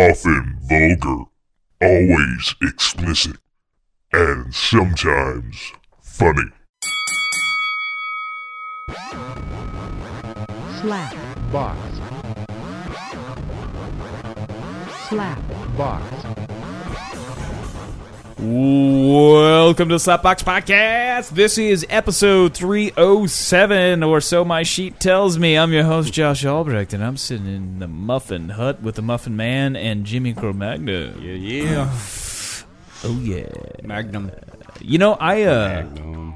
often vulgar, always explicit, and sometimes funny. slap box, slap box. Welcome to Slapbox Podcast. This is episode 307, or so my sheet tells me. I'm your host, Josh Albrecht, and I'm sitting in the Muffin Hut with the Muffin Man and Jimmy Cro Magno. Yeah, yeah. Oh, yeah. Magnum. You know, I, uh,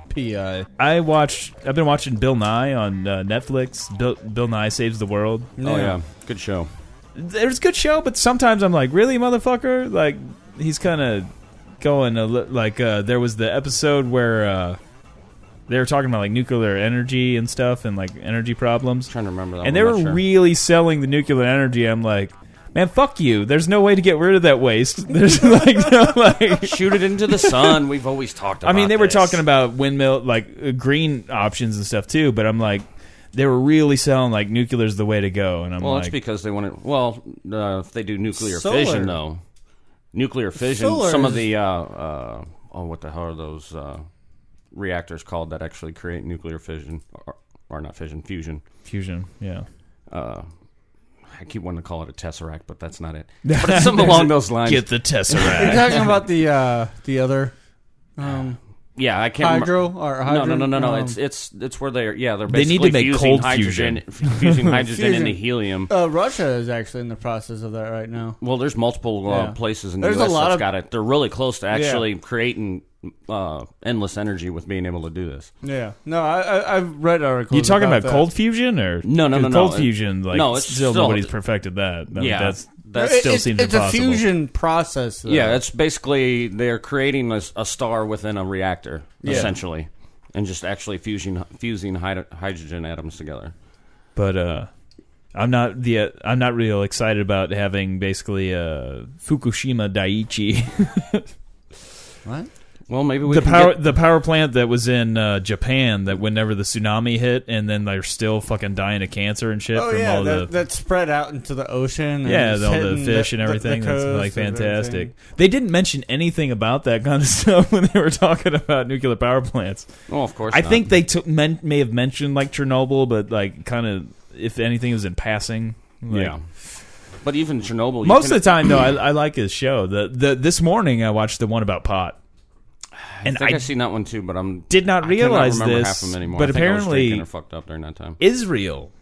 P.I. I watched, I've been watching Bill Nye on uh, Netflix. Bill, Bill Nye Saves the World. Oh, yeah. Good show. There's a good show, but sometimes I'm like, really, motherfucker? Like, he's kind of going a li- like uh, there was the episode where uh, they were talking about like nuclear energy and stuff and like energy problems, trying to remember that and one. they I'm were not sure. really selling the nuclear energy. I'm like, man, fuck you. There's no way to get rid of that waste. There's like no like. Shoot it into the sun. We've always talked about I mean, they were this. talking about windmill like uh, green options and stuff too, but I'm like. They were really selling like nuclear's the way to go, and I'm Well, like, that's because they want to. Well, uh, if they do nuclear Solar. fission, though. Nuclear fission. Solar Some of is- the. Uh, uh, oh, what the hell are those uh, reactors called that actually create nuclear fission? Or, or not fission, fusion. fusion, yeah. I keep wanting to call it a tesseract, but that's not it. But it's something along those lines. Get the tesseract. You're talking about the uh, the other um, yeah, I can't remember. hydro or hydro, no, no, no, no, no. um, it's it's it's where they're yeah they're Oh. They need to basically make fusing cold hydrogen, fusing hydrogen Fusion. into helium. uh, Russia is actually in the process of that right now. Well, there's multiple uh, Yeah. places in There's a the U.S. lot that's of- got it. They're really close to actually creating uh, endless energy with being able to do this. Yeah, no, I, I I've read articles. You talking about, that. cold fusion or No, no, no, 'cause no. Cold fusion, like No, it's still, still- nobody's perfected that. I mean, Yeah, that's that that's- still it's, seems it's impossible. a fusion process. Though. Yeah, it's basically they're creating a, a star within a reactor Yeah. essentially, and just actually fusing fusing hyd- hydrogen atoms together. But uh, I'm not the uh, I'm not real excited about having basically uh, Fukushima Daiichi, what? Well, maybe we the can power get- the power plant that was in uh, Japan that whenever the tsunami hit and then they're still fucking dying of cancer and shit Oh from yeah, all that, the that spread out into the ocean. And yeah, it's all the hitting fish and the- the everything. That's coast like and fantastic. everything. They didn't mention anything about that kind of stuff when they were talking about nuclear power plants. Oh, of course. I not. think they took men, may have mentioned like Chernobyl, but like kind of if anything it was in passing. Like- yeah. But even Chernobyl, you Most can- of the time though, I, I like his show. The the this morning I watched the one about pot, and I think I, I've seen that one too, but I'm did not I cannot realize remember this, Half of them anymore. but I think I was apparently- drinking or fucked up during that time. Israel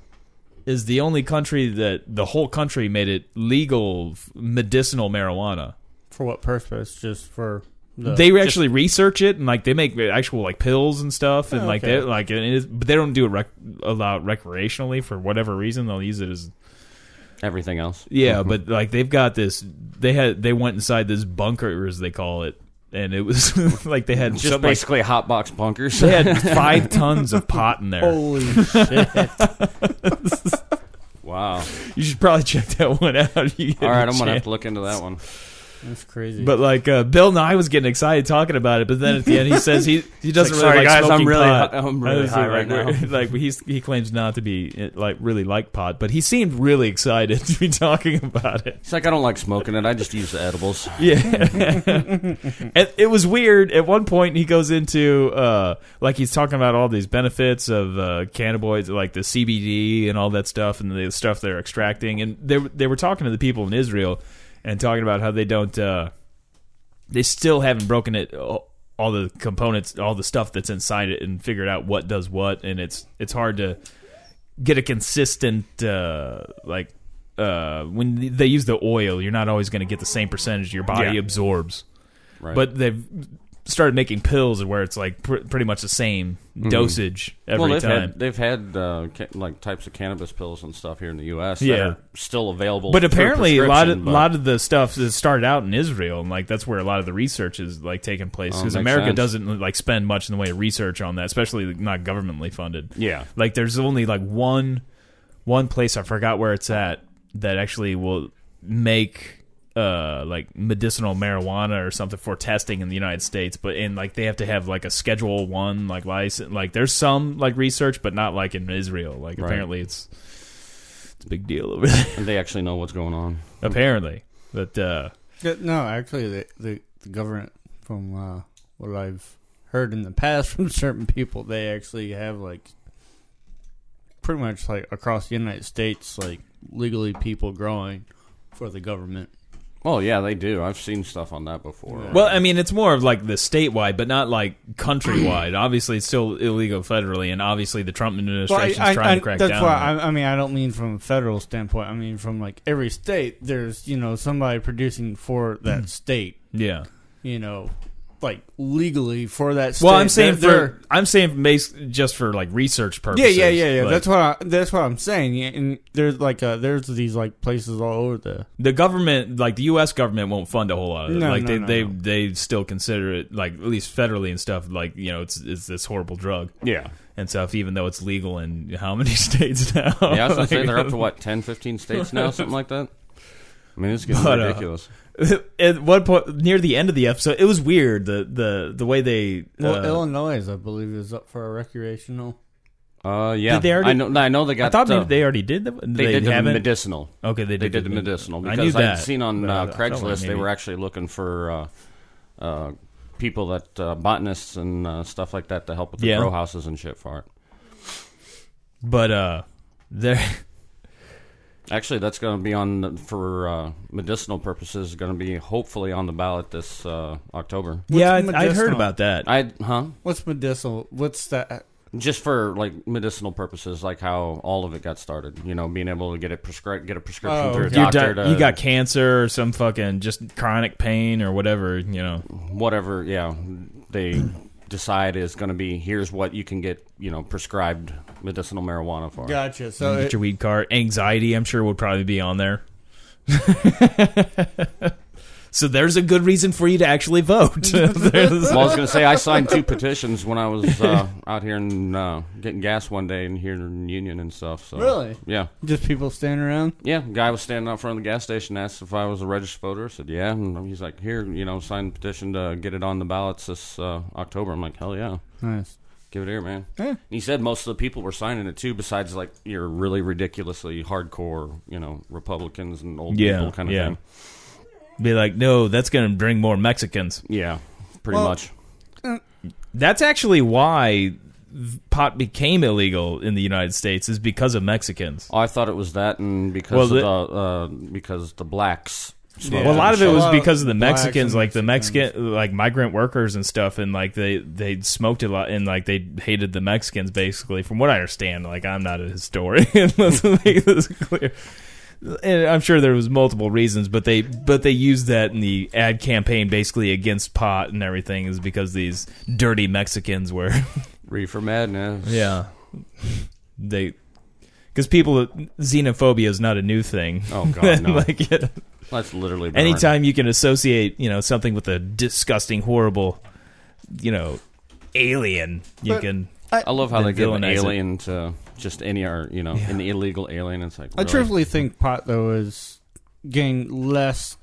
is the only country that the whole country made it legal f- medicinal marijuana. For what purpose? Just for the, they actually research it and like they make actual like pills and stuff and Oh, like okay. they like it is, but they don't do it rec- allow it recreationally for whatever reason. They'll use it as Everything else, Yeah, but like they've got this. They had they went inside this bunker as they call it, and it was like they had just something like- basically hot box bunkers. they had five tons of pot in there. holy shit. wow. You should probably check that one out. You get All a right, I'm gonna have chance. to look into that one. That's crazy. But like uh, Bill Nye was getting excited talking about it, but then at the end he says he he doesn't like, really like "Sorry, guys, I'm smoking really pot. hi- I'm really Honestly, high right like, now. Like he's, he claims not to be uh, like really like pot, but he seemed really excited to be talking about it. It's like I don't like smoking it. I just use the edibles. Yeah. it, it was weird. At one point, he goes into uh, like he's talking about all these benefits of uh, cannabinoids, like the CBD and all that stuff, and the stuff they're extracting. And they they were talking to the people in Israel and talking about how they don't. Uh, they still haven't broken it all all the components all the stuff that's inside it and figured out what does what and it's it's hard to get a consistent uh like uh when they use the oil you're not always going to get the same percentage your body Yeah. absorbs Right. but they've started making pills where it's like pr- pretty much the same dosage every Mm-hmm. well, they've time had they've had uh, ca- like types of cannabis pills and stuff here in the U.S. that Yeah. are still available. but through apparently a lot of prescription, but- lot of the stuff that started out in Israel and like that's where a lot of the research is like taking place Oh, because makes America sense. doesn't like spend much in the way of research on that, especially not governmentally funded. Yeah. like there's only like one one place I forgot where it's at that actually will make uh like medicinal marijuana or something for testing in the United States but and like they have to have like a schedule 1 like license like there's some like research but not like in Israel like apparently it's it's a big deal over there they actually know what's going on. apparently But uh, Yeah, No, actually, the, the, the government, from uh, what I've heard in the past from certain people, they actually have like pretty much like across the United States, like legally people growing for the government. Oh yeah, they do. I've seen stuff on that before. Yeah. well, I mean, it's more of like the statewide, but not like countrywide. obviously, it's still illegal federally, and obviously, the Trump administration's trying to crack that's down. why on it. I, I mean I don't mean from a federal standpoint. I mean from like every state. There's you know somebody producing for that state. yeah. You know, like legally for that. state. Well, I'm saying They're- they're- for I'm saying bas- just for like research purposes. Yeah, yeah, yeah, yeah. Like, that's what I, that's what I'm saying. Yeah, and there's like uh, there's these like places all over the. the government, like the U.S. government, won't fund a whole lot of it. No, like no, they no, they no. they still consider it like at least federally and stuff. Like you know, it's it's this horrible drug yeah, and stuff, even though it's legal in how many states now? yeah. I was gonna say Like, they're up to what 10, 15 states now, something like that. I mean, it's getting But, uh, ridiculous. at one point near the end of the episode, it was weird the the the way they. Well, uh, Illinois, I believe, is up for a recreational. Uh, yeah. Did they already- I know. I know they got. I thought uh, maybe they already did the. they, did the haven't? medicinal. okay, they did, They did the mid- medicinal I because knew that. would seen on but uh, I felt like Craigslist they maybe- were actually looking for uh, uh, people that uh, botanists and uh, stuff like that to help with the Yeah. grow houses and shit for it. but uh, there. Actually, that's going to be on the, for uh, medicinal purposes. Going to be hopefully on the ballot this uh, October. yeah, What's I, I'd heard medicinal? about that. I huh? What's medicinal? What's that? Just for like medicinal purposes, like how all of it got started. You know, being able to get it prescri- get a prescription Oh, through a okay. You're doctor. di- to, you got cancer or some fucking just chronic pain or whatever, you know. whatever yeah they decide is going to be here's what you can get you know prescribed medicinal marijuana for Gotcha. So Get it, your weed card. Anxiety, I'm sure, would probably be on there. so there's a good reason for you to actually vote. There's- well, I was going to say I signed two petitions when I was uh, out here and uh, getting gas one day and here in Union and stuff. So Really? yeah, just people standing around. yeah. Guy was standing out front of the gas station, asked if I was a registered voter. I said yeah, and he's like, here, you know, sign the petition to get it on the ballots this uh, October. I'm like, hell yeah. Nice. Give it here, man. Yeah. He said most of the people were signing it too, besides like your really ridiculously hardcore, you know, Republicans and old Yeah, people kind of yeah. thing. be like, no, that's going to bring more Mexicans. Yeah, pretty Well- much. That's actually why pot became illegal in the United States is because of Mexicans. Oh, I thought it was that, and because Well, of the, uh, because the blacks. smoked Yeah. Well, a lot of it was A lot of because of the blacks Mexicans, and like the Mexicans. Mexican, like migrant workers and stuff, and like they they smoked a lot and like they hated the Mexicans basically. From what I understand, like I'm not a historian, let's make this clear. And I'm sure there was multiple reasons, but they but they used that in the ad campaign basically against pot and everything is because these dirty Mexicans were reefer madness. yeah they because people xenophobia is not a new thing. Oh god, no. like yeah. That's literally been around. Anytime you can associate, you know, something with a disgusting, horrible, you know, alien, you But- can. I love how they Then give an villainize it. alien to just any or you know Yeah. an illegal alien. It's like I really? truthfully think pot though is getting less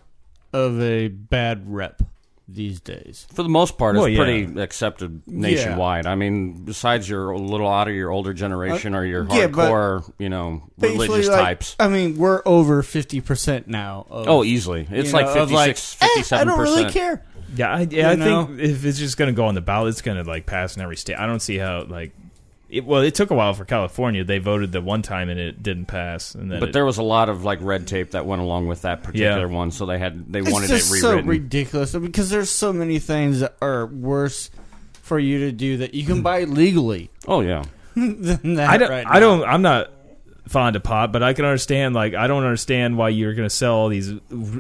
of a bad rep these days. for the most part, it's Well, yeah. pretty accepted nationwide. I mean, besides your little out of your older generation or your Uh, yeah, but hardcore, you know, Basically, religious like, uh, types. I mean, we're over fifty percent now. Of, Oh, easily. It's you like know, of, like, 56, eh, 57%. I don't really care. Yeah, I, yeah, I You think know? if it's just going to go on the ballot, it's going to like pass in every state. I don't see how like. It, well, it took a while for California. They voted the one time and it didn't pass, and then But it- there was a lot of like red tape that went along with that particular one, so they had they wanted it's just it so rewritten. ridiculous because there's so many things that are worse for you to do that you can buy legally oh yeah, than that. I don't. right I now. don't. I'm not fond of pot, but I can understand. Like, I don't understand why you're going to sell all these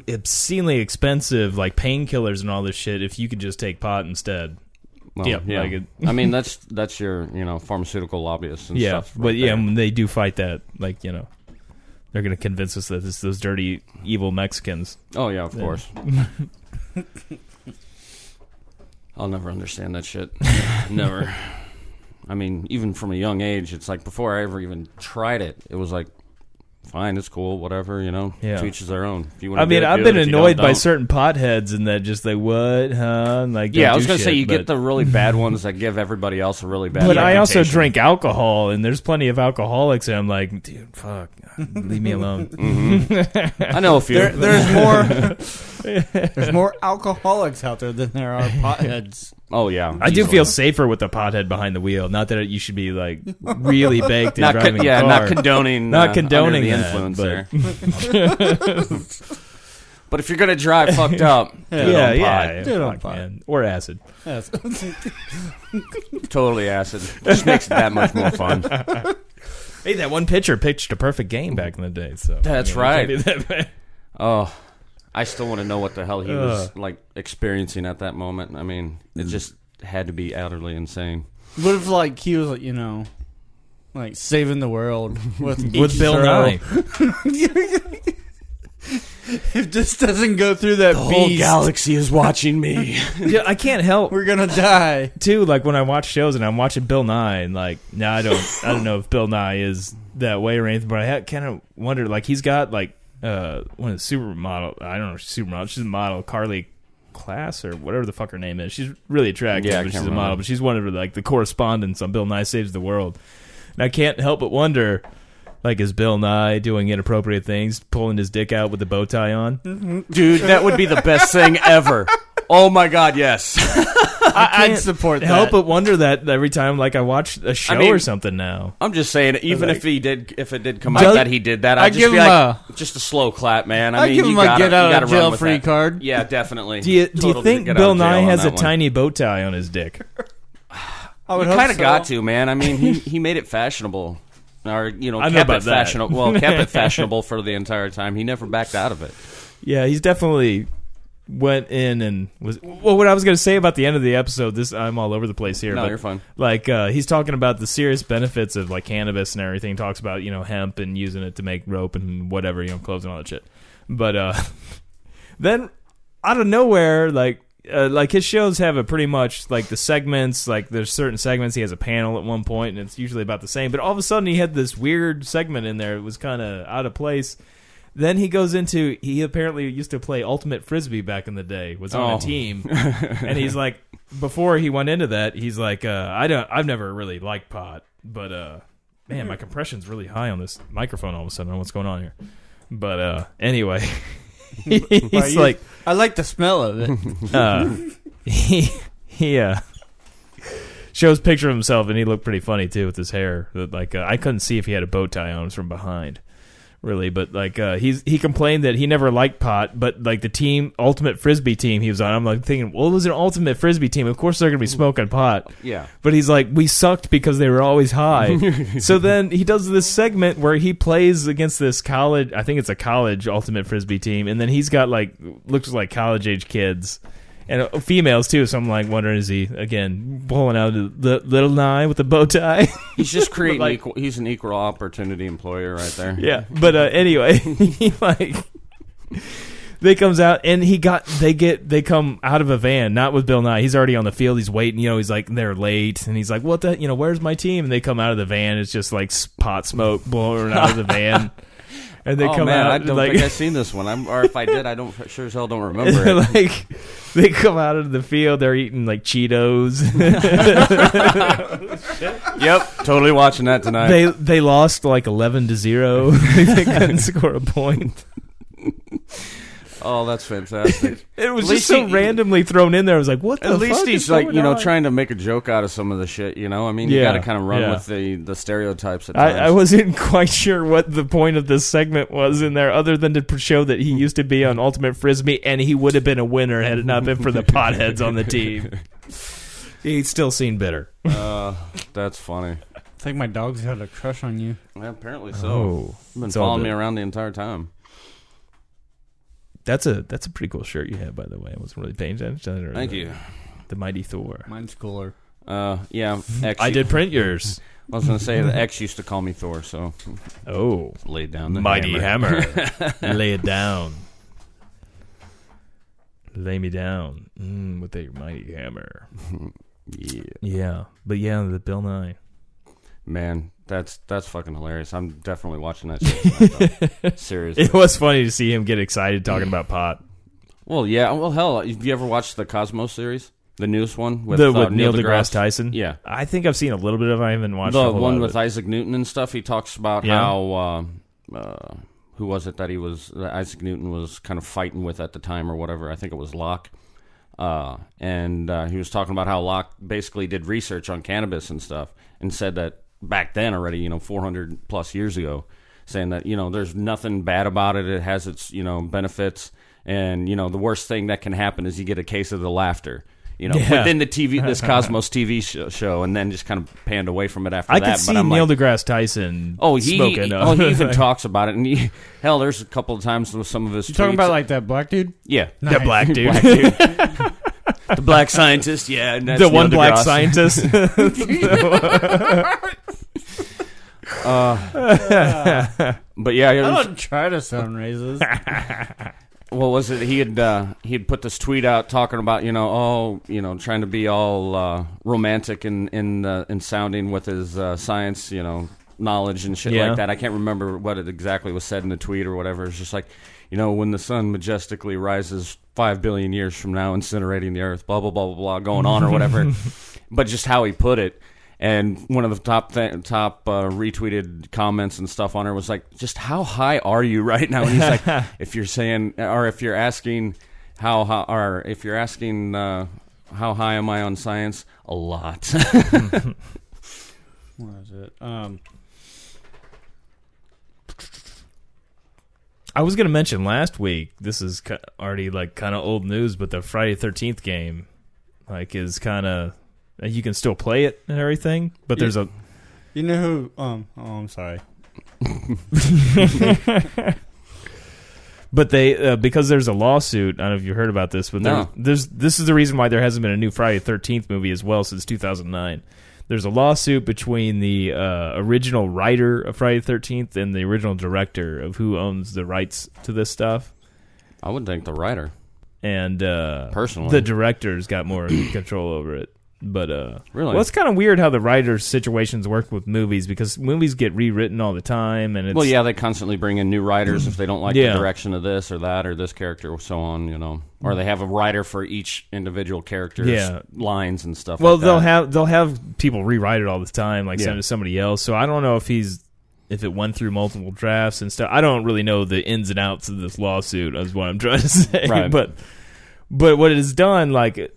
obscenely expensive like painkillers and all this shit if you could just take pot instead. well, Yeah, yeah. like it- I mean, that's that's your you know pharmaceutical lobbyists and Yeah, stuff. right but yeah, there. when they do fight that, like you know, they're gonna convince us that it's those dirty, evil Mexicans. oh yeah, of Yeah. course. I'll never understand that shit. never. I mean, even from a young age, it's like before I ever even tried it, it was like fine, it's cool, whatever, you know. Yeah. To each his their own. If you wanna I do mean, it, I've do been it. If you annoyed don't, by don't. certain potheads and that just like what, huh? And, like Yeah, don't I was do gonna say shit, you get but- the really bad ones that give everybody else a really bad. But I also reputation. drink alcohol, and there's plenty of alcoholics, and I'm like, dude, fuck, leave me alone. I know a few. There, there's more. there's more alcoholics out there than there are potheads. oh yeah, I do easily. feel safer with the pothead behind the wheel. Not that you should be like really baked and not driving con- a yeah, car. not condoning, Not uh, under condoning the that, influence but- there. but if you're gonna drive fucked up, do yeah, it on yeah, yeah, pod. Dude, on fuck, pot. man. or acid. Yes. totally acid. Just makes it that much more fun. Hey, that one pitcher pitched a perfect game back in the day. So That's you know, it right. can't be that bad. Oh, I still want to know what the hell he Ugh. was like experiencing at that moment. I mean, it just had to be utterly insane. What if like he was like you know, like saving the world with With each Bill throw? Nye, If this doesn't go through that beast, galaxy is watching me. yeah, I can't help we're gonna die. too. Like when I watch shows and I'm watching Bill Nye, and like now I don't, I don't know if Bill Nye is that way or anything, but I ha- kind of wonder. Like he's got like uh one of the supermodel. I don't know, if she's supermodel. She's a model, Carly Class or whatever the fuck her name is. She's really attractive, Yeah, I but can't she's a remember. model. But she's one of the, like the correspondents on Bill Nye Saves the World, and I can't help but wonder. Like is Bill Nye doing inappropriate things, pulling his dick out with the bow tie on? Dude, that would be the best thing ever. Oh my god, yes. I, would can't support that. help but wonder that every time like I watch a show mean- or something now. I'm just saying, even Like- if he did, if it did come Does- out that he did that, I I'd just give be him like, just a slow clap, man. I, I mean, give you him a gotta, get out you of gotta run jail with free that. card. Yeah, definitely. Do you, do you Totally think get out Bill of jail Nye on has a that one. tiny bow tie on his dick? I would You hope kind of so. got to, man. I mean, he, he made it fashionable. Or, you know, I know kept about it that. fashionable. Well, kept it fashionable for the entire time. He never backed out of it. Yeah, he's definitely went in and was. Well, what I was going to say about the end of the episode, this I'm all over the place here. No, but, you're fine. Like uh, he's talking about the serious benefits of like cannabis and everything. Talks about you know hemp and using it to make rope and whatever you know clothes and all that shit. But uh, then out of nowhere, like. Uh, like his shows have a pretty much like the segments like there's certain segments he has a panel at one point and it's usually about the same but all of a sudden he had this weird segment in there it was kind of out of place then he goes into he apparently used to play ultimate frisbee back in the day. Was on Oh. a team, and he's like, before he went into that, he's like, uh, I don't, I've never really liked pot, but uh, man, my compression's really high on this microphone. All of a sudden, I don't know what's going on here. But uh, anyway, Why, he's you- like, I like the smell of it. uh, he he uh, shows picture of himself, and he looked pretty funny too with his hair. That, Like uh, I couldn't see if he had a bow tie on it was from behind, really. But like uh, he's he complained that he never liked pot, but like the team ultimate frisbee team he was on, I'm like thinking, well, it was an ultimate frisbee team. Of course they're gonna be smoking pot. Yeah. But he's like, we sucked because they were always high. so then he does this segment where he plays against this college. I think it's a college ultimate frisbee team, and then he's got like looks like college age kids and uh, females too. So I'm like wondering, is he again pulling out the little nine with the bow tie? He's just creating like- equal. He's an equal opportunity employer right there. yeah. But uh, anyway, he like. They comes out and he got they get they come out of a van not with Bill Nye he's already on the field he's waiting you know he's like they're late and he's like what the you know where's my team and they come out of the van it's just like s- pot smoke blowing out of the van and they oh come man, out I don't like think I've seen this one. I'm, or if I did, I don't sure as hell don't remember it. like they come out of the field they're eating like Cheetos yep, totally watching that tonight. they they lost like eleven to zero they couldn't score a point oh, that's fantastic. It was just At least so he- randomly thrown in there. I was like, what the At least fuck he's is like going you know on? trying to make a joke out of some of the shit. You know, I mean, you Yeah, got to kind of run yeah. with the the stereotypes at I, times. I wasn't quite sure what the point of this segment was in there, other than to show that he used to be on Ultimate Frisbee and he would have been a winner had it not been for the potheads on the team. He'd still seemed bitter. Uh, that's funny. I think my dog's had a crush on you. Yeah, apparently so. You've been Oh, it's all good. following me around the entire time. That's a that's a pretty cool shirt you have, by the way. I wasn't really paying attention. to it. Thank you. The Mighty Thor. Mine's cooler. Uh, yeah, X, I did print yours. I was gonna say the X used to call me Thor, so Oh, laid down the Mighty Hammer. Lay it down. Lay me down mm, with a mighty hammer. Yeah. Yeah, but yeah, the Bill Nye. Man, that's that's fucking hilarious. I'm definitely watching that shit. tonight, though. Seriously. It was funny to see him get excited talking about pot. Well, yeah. Well, hell, have you ever watched the Cosmos series, the newest one with, the, uh, with Neil deGrasse Tyson. Yeah. I think I've seen a little bit of. it. I haven't watched a the whole one lot with of it. Isaac Newton and stuff. He talks about Yeah. how uh, uh, who was it that he was that Isaac Newton was kind of fighting with at the time or whatever. I think it was Locke, uh, and uh, he was talking about how Locke basically did research on cannabis and stuff, and said that back then already, you know, 400 plus years ago, saying that you know there's nothing bad about it. It has its you know benefits, and you know the worst thing that can happen is you get a case of the laughter. You know, Yeah. within the TV, this Cosmos TV show, show, and then just kind of panned away from it after I that. could see but I'm Neil like, deGrasse Tyson. oh, he, smoking. uh, oh, he even talks about it, and he, hell, there's a couple of times with some of his. You talking tweets- about like that black dude? yeah, that black dude, Black dude. the black scientist, yeah, and that's the Neil one black deGrasse. scientist. But yeah, it I was, don't try to sound racist. what was it? He had uh, he had put this tweet out talking about you know oh you know trying to be all uh, romantic and in uh, in sounding with his uh, science you know knowledge and shit Yeah. like that. I can't remember what it exactly was said in the tweet or whatever. It's just like you know when the sun majestically rises five billion years from now, incinerating the earth, blah blah blah blah blah, going on or whatever. but just how he put it. And one of the top th- top uh, retweeted comments and stuff on her was like, "Just how high are you right now?" And he's like, "If you're saying, or if you're asking, how, how or if you're asking, uh, how high am I on science? A lot." What is it? Um, I was gonna mention last week. This is ki- already like kind of old news, but the Friday Thirteenth game, like, is kind of you can still play it and everything. But there's a you know who? Um, oh, I'm sorry. but they uh, because there's a lawsuit. I don't know if you heard about this, but there- No. there's this is the reason why there hasn't been a new Friday Thirteenth movie as well since 2009. There's a lawsuit between the uh, original writer of Friday Thirteenth and the original director of who owns the rights to this stuff. I would think the writer and uh, Personally. the directors got more control over it. But uh, Really? well, it's kind of weird how the writers' situations work with movies because movies get rewritten all the time, and it's well, yeah, they constantly bring in new writers if they don't like Yeah. the direction of this or that or this character or so on, you know. Or they have a writer for each individual character's Yeah. lines and stuff. Well, like they'll that. have they'll have people rewrite it all the time, like send Yeah. it to somebody else. So I don't know if he's if it went through multiple drafts and stuff. I don't really know the ins and outs of this lawsuit. Is what I'm trying to say. Right. But but what it has done, like th-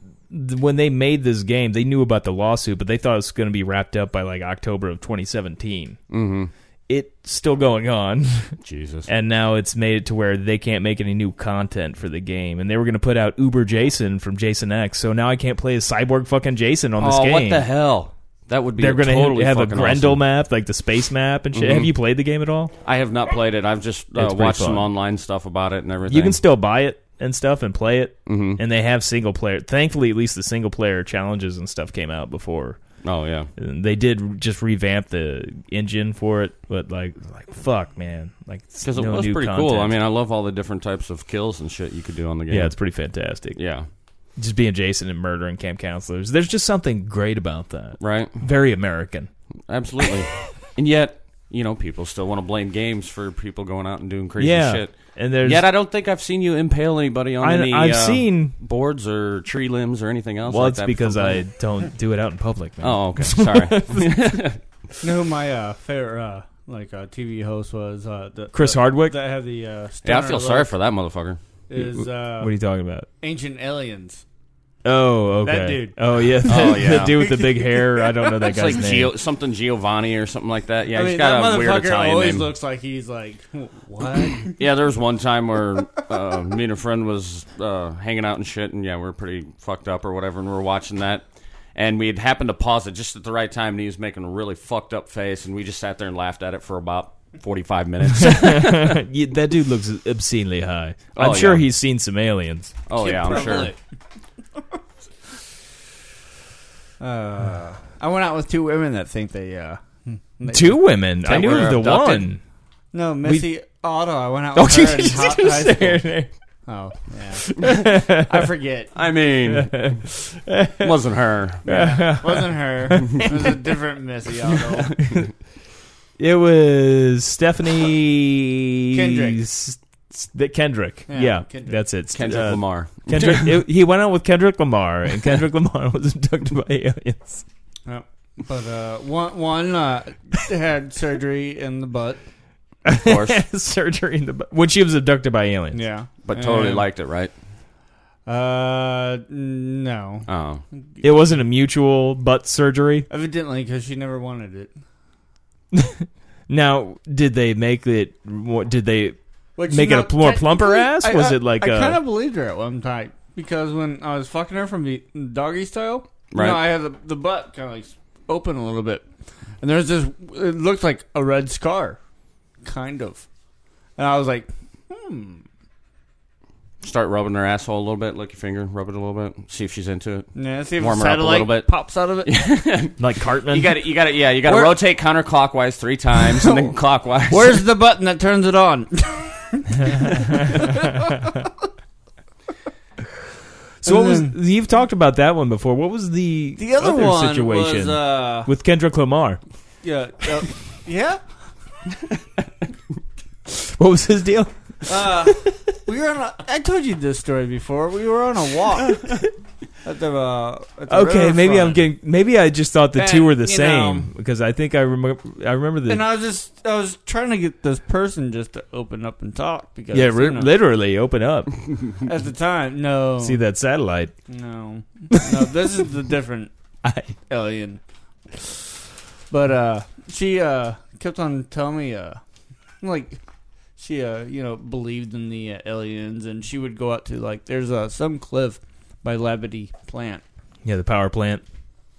when they made this game, they knew about the lawsuit, but they thought it was going to be wrapped up by like October of 2017. Mm-hmm. It's still going on. Jesus. and now it's made it to where they can't make any new content for the game. And they were going to put out Uber Jason from Jason X, so now I can't play as cyborg fucking Jason on this oh, game. what the hell? That would be They're going to totally have a fucking Grendel awesome. Mm-hmm. map, like the space map and shit. Have you played the game at all? I have not played it. I've just uh, It's pretty watched some fun. online stuff about it and everything. You can still buy it and stuff and play it, Mm-hmm. and they have single player. Thankfully, at least the single player challenges and stuff came out before. oh yeah, And they did just revamp the engine for it, but like, like fuck, man, like because it no was new pretty content. cool. I mean, I love all the different types of kills and shit you could do on the game. yeah, it's pretty fantastic. yeah, just being Jason and murdering camp counselors. There's just something great about that. right. Very American. Absolutely. and yet, you know, people still want to blame games for people going out and doing crazy yeah. shit. And there's Yet I don't think I've seen you impale anybody on I- any. I've uh, seen- boards or tree limbs or anything else. well, like it's that because from- I don't do it out in public, man. Oh, okay. Sorry. You know who my uh, favorite uh, like uh, TV host was? Uh, the, Chris the- Hardwick? That had the uh, yeah, I stoner feel sorry look for that motherfucker. Is uh, What are you talking about? Ancient Aliens? Oh, okay. That dude. Oh yeah, Oh, the, yeah. the dude with the big hair. I don't know that It's guy's like name. Gio, something Giovanni or something like that. Yeah, I he's mean, got that a weird motherfucker Italian always name. looks like he's like what? Yeah, there was one time where uh, me and a friend was uh, hanging out and shit, and yeah, we were pretty fucked up or whatever, and we were watching that, and we had happened to pause it just at the right time, and he was making a really fucked up face, and we just sat there and laughed at it for about forty five minutes. Yeah, that dude looks obscenely high. Oh, I'm sure yeah. he's seen some aliens. oh yeah, I'm sure. Uh, I went out with two women that think they uh they- Two women. I That knew were of the abducted? one. No, Missy Otto. I went out Oh, with her in she's hot just high school. staring. Oh, yeah. I forget. I mean, wasn't her. Wasn't her. It was a different Missy Aldo. It was Stephanie Kendrick. S- S- the- Kendrick. Yeah, Yeah, Kendrick. that's it. Kendrick Uh, Lamar. Kendrick. it- he went out with Kendrick Lamar, and Kendrick Lamar was abducted by aliens. But uh, one one uh, had surgery in the butt. Of course, Surgery in the bu- when she was abducted by aliens. Yeah, but totally And, liked it, right? Uh, no. Oh, It wasn't a mutual butt surgery. Evidently, because she never wanted it. Now, did they make it? what- Did they? Which, Make it a pl- more plumper technically, ass? I- Was I- it like I a- kind of believed her at one time because when I was fucking her from the doggy style, Right. no, I had the, the butt kind of like open a little bit, and there's this. It looked like a red scar, kind of, and I was like, hmm, start rubbing her asshole a little bit. Lick your finger, rub it a little bit. See if she's into it. yeah. See if Warm the her up a satellite little bit. pops out of it. Like Cartman? You got to You got to Yeah, you got to Where- rotate counterclockwise three times and then clockwise. Where's the button that turns it on? so what And was? You've talked about that one before. What was the The other, one situation was uh, with Kendrick Lamar? yeah, uh, yeah. What was his deal? Uh, we were on. A, I told you this story before. We were on a walk at the. Uh, at the Okay, maybe I'm riverfront. getting. Maybe I just thought the And, two were the you same know- because I think I remember. I remember the. And I was just, I was trying to get this person just to open up and talk because yeah, you ri- know, literally open up, at the time, Oh. no, see that satellite. no, no. This is the different I, alien. But uh, she uh kept on telling me uh, like she uh you know believed in the uh, aliens and she would go out to like there's uh some cliff by Labadee plant. yeah, the power plant.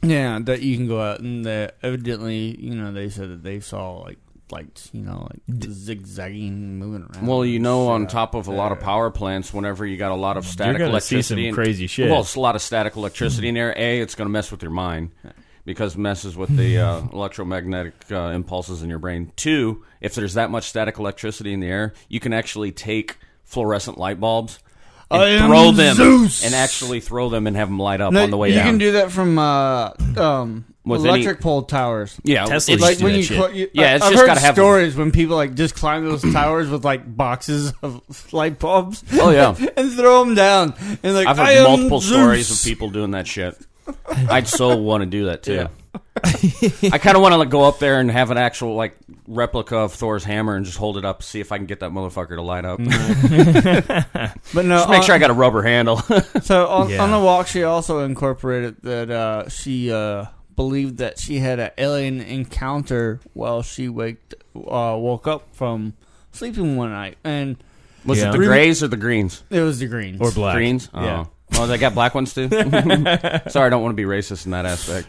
Yeah, that you can go out and that evidently, you know, they said that they saw like lights, you know, like zigzagging, moving around. Well, you know, on Yeah. top of a lot of power plants, whenever you got a lot of static Uh, You're gonna see electricity, some and- crazy shit. Well, it's a lot of static electricity in there. A, it's going to mess with your mind because it messes with the uh, electromagnetic uh, impulses in your brain. Two, if there's that much static electricity in the air, you can actually take fluorescent light bulbs and I am throw them Zeus! and actually throw them and have them light up No, on the way you down. can do that from uh, um, With any- electric pole towers. yeah, Tesla it's- used Like to do when that you, shit. cl- you Yeah, it's I- I've just heard gotta have them. stories when people like just climb those towers with like boxes of light bulbs. Oh, yeah. and throw them down. And like I've I heard am multiple Zeus. stories of people doing that shit. I'd so want to do that too. Yeah. I kind of want to like, go up there and have an actual like replica of Thor's hammer and just hold it up, see if I can get that motherfucker to light up. Mm. But no, just make on- sure I got a rubber handle. So on, Yeah. on the walk, she also incorporated that uh, she uh, believed that she had an alien encounter while she waked uh, woke up from sleeping one night, and Was Yeah. it the grays or the greens? it was the greens. or black. Greens. Oh. Yeah. Oh, they got black ones too. Sorry, I don't want to be racist in that aspect.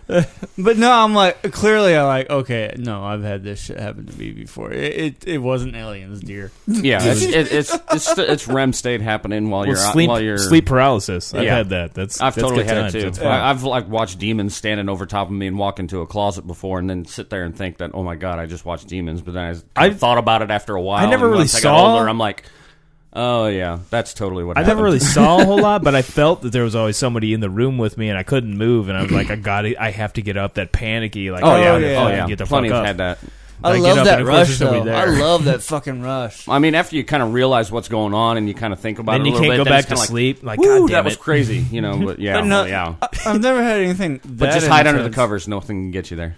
But no, I'm like clearly, I'm like okay, no, I've had this shit happen to me before. It it, it wasn't aliens, dear. Yeah, it's it, it's, it's it's REM state happening while Well, you're sleep, while you're sleep paralysis. I've Yeah. had that. That's I've that's totally good had times. it That's too. fun. I, I've like watched demons standing over top of me and walk into a closet before, and then sit there and think that, oh my god, I just watched demons. But then I, I I've- thought about it after a while. I never and really once I got saw- older, I'm like, oh yeah, that's totally what. I happened. never really saw a whole lot, but I felt that there was always somebody in the room with me, and I couldn't move, and I was like, I got to I have to get up. That panicky, like, Oh I yeah, oh gotta yeah. fucking get the Plenty fuck have up. had that. I Like, get love up and that of course rush there's nobody though. there. I love that fucking rush. I mean, after you kind of realize what's going on and you kind of think about Then it a you little can't bit, go then back it's to kinda like, sleep. Like, Woo, God that damn was it. uh, crazy, you know. But yeah, But no, well, yeah. I, I've never had anything. But that just hide under the intense. covers. Nothing can get you there.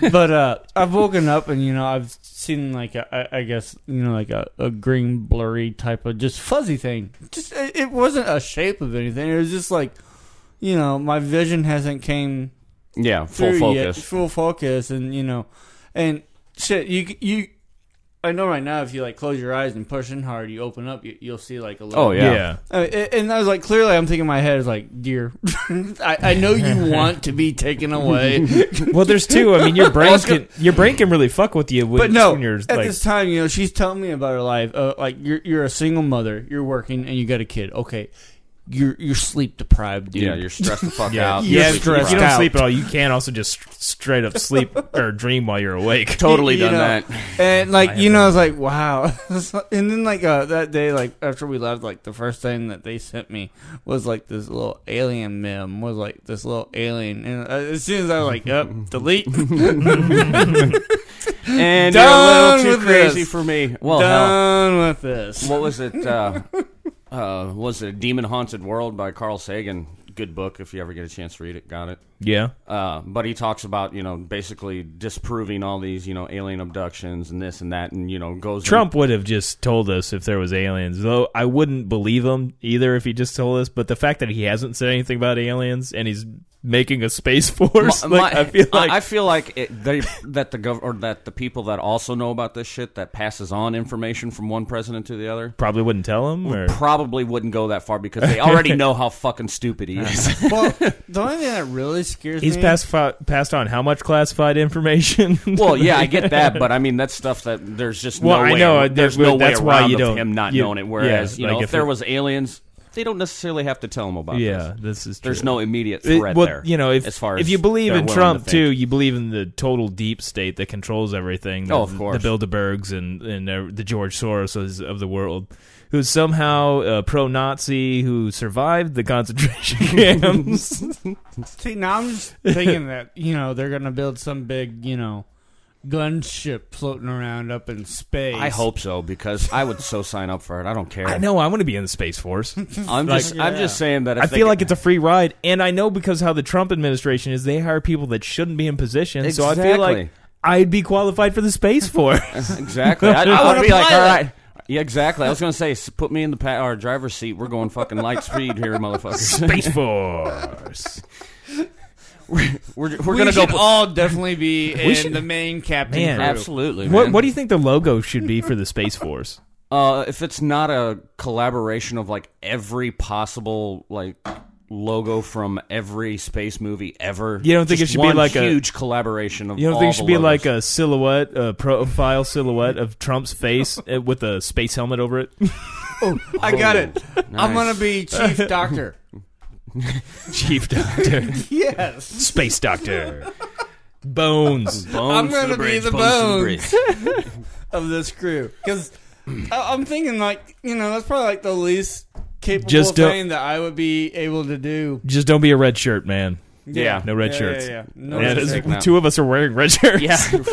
but uh, I've woken up and you know I've seen like a, I, I guess you know like a, a green blurry type of just fuzzy thing. Just it, it wasn't a shape of anything. It was just like you know my vision hasn't came Yeah, full through yet, focus. full focus, and you know, and shit. You c- you, I know right now if you like close your eyes and push in hard, you open up, you, you'll see like a little. Oh yeah. yeah. Uh, and I was like, clearly, I'm thinking in my head is like, dear, I, I know you want to be taken away. Well, there's two. I mean, your brain can your brain can really fuck with you. When, but no, when you're at like, this time, you know, she's telling me about her life. Uh, like you're you're a single mother, you're working, and you got a kid. Okay, you're you're sleep deprived, dude. Yeah, you're stressed the fuck Yeah, out. yeah. You're if if sleeping you rough. don't out. sleep at all, you can also just st- straight up sleep or dream while you're awake. Totally you done know. that. And I like you have know, I was like, wow. and then like uh, that day, like after we left, like the first thing that they sent me was like this little alien meme. Was like this little alien, and uh, as soon as I was like, up, delete. And you're a Done little too with crazy this. for me. Well, hell. done with this. What was it? Uh, uh, was it Demon Haunted World by Carl Sagan? Good book if you ever get a chance to read it. Got it. Yeah, Uh, but he talks about you know basically disproving all these you know alien abductions and this and that and you know goes Trump would have just told us if there was aliens. Though I wouldn't believe him either if he just told us. But the fact that he hasn't said anything about aliens and he's making a space force, My- like, my- I feel like I feel like it, they that the gov or that the people that also know about this shit that passes on information from one president to the other probably wouldn't tell him. Or probably wouldn't go that far because they already know how fucking stupid he is. well, the only thing that really scares he's me. passed fi- passed on how much classified information? well, yeah, I get that, but I mean that's stuff that there's just Well, no I way. know, uh, there's that- no that's way why around you of don't- him not you- knowing it. Whereas yeah, you know like if if there it- was aliens, they don't necessarily have to tell him about. yeah, this. this is there's true. no immediate It- threat well, there. You know, if as far if as you believe they're in willing Trump to think. too, you believe in the total deep state that controls everything. The, Oh, of course. the Bilderbergs and and uh, the George Soroses of the world, who's somehow uh, pro-Nazi, who survived the concentration camps. See, now I'm just thinking that you know they're gonna build some big you know gunship floating around up in space. I hope so because I would so sign up for it. I don't care. I know I want to be in the space force. I'm Like- just I'm just saying that if I they feel could- like it's a free ride, and I know because how the Trump administration is, they hire people that shouldn't be in position. So I feel like Exactly. I'd be qualified for the space force. Exactly. I'd, I I'd wanna be like, pilot. all right. Yeah, exactly. I was gonna say, s- put me in the pa- our driver's seat. We're going fucking light speed here, motherfuckers. space force. We're, we're we gonna go. should all definitely be in should- the main captain Man, crew. absolutely. What man. What do you think the logo should be for the space force? Uh, if it's not a collaboration of like every possible like logo from every space movie ever, You don't think just it should be one like a- huge collaboration of. You don't all think it the should be like logos. a silhouette, a profile silhouette of Trump's face uh, with a space helmet over it? I got it. I'm nice. gonna be chief doctor. Chief Doctor, yes, Space Doctor, Bones. Bones I'm to gonna be bridge, the to bones. bridge. of this crew because I'm thinking like you know that's probably like the least capable Just don't- thing that I would be able to do. Just don't be a red shirt, man. Yeah. No red Yeah, shirts. Yeah, yeah. No Yeah, red it is- shirts. now. two of us are wearing red shirts. We're-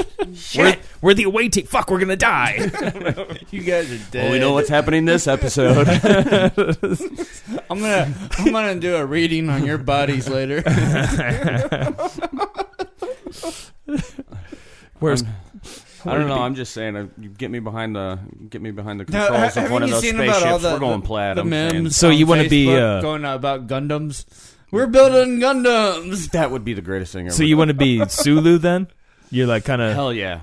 We're, we're the away team. Fuck, we're gonna die. You guys are dead. Well, we know what's happening this episode. I'm gonna I'm gonna do a reading on your bodies later. Where's I don't know. I'm just saying, uh, you get me behind the get me behind the No, controls ha- of one haven't of you those seen about spaceships. all the- We're going the- plaid. the I'm saying. memes. So on you wanna be, Facebook uh, going about Gundams? We're building Gundams. that would be the greatest thing ever. so you want to be Sulu then? You're like kind of Hell yeah!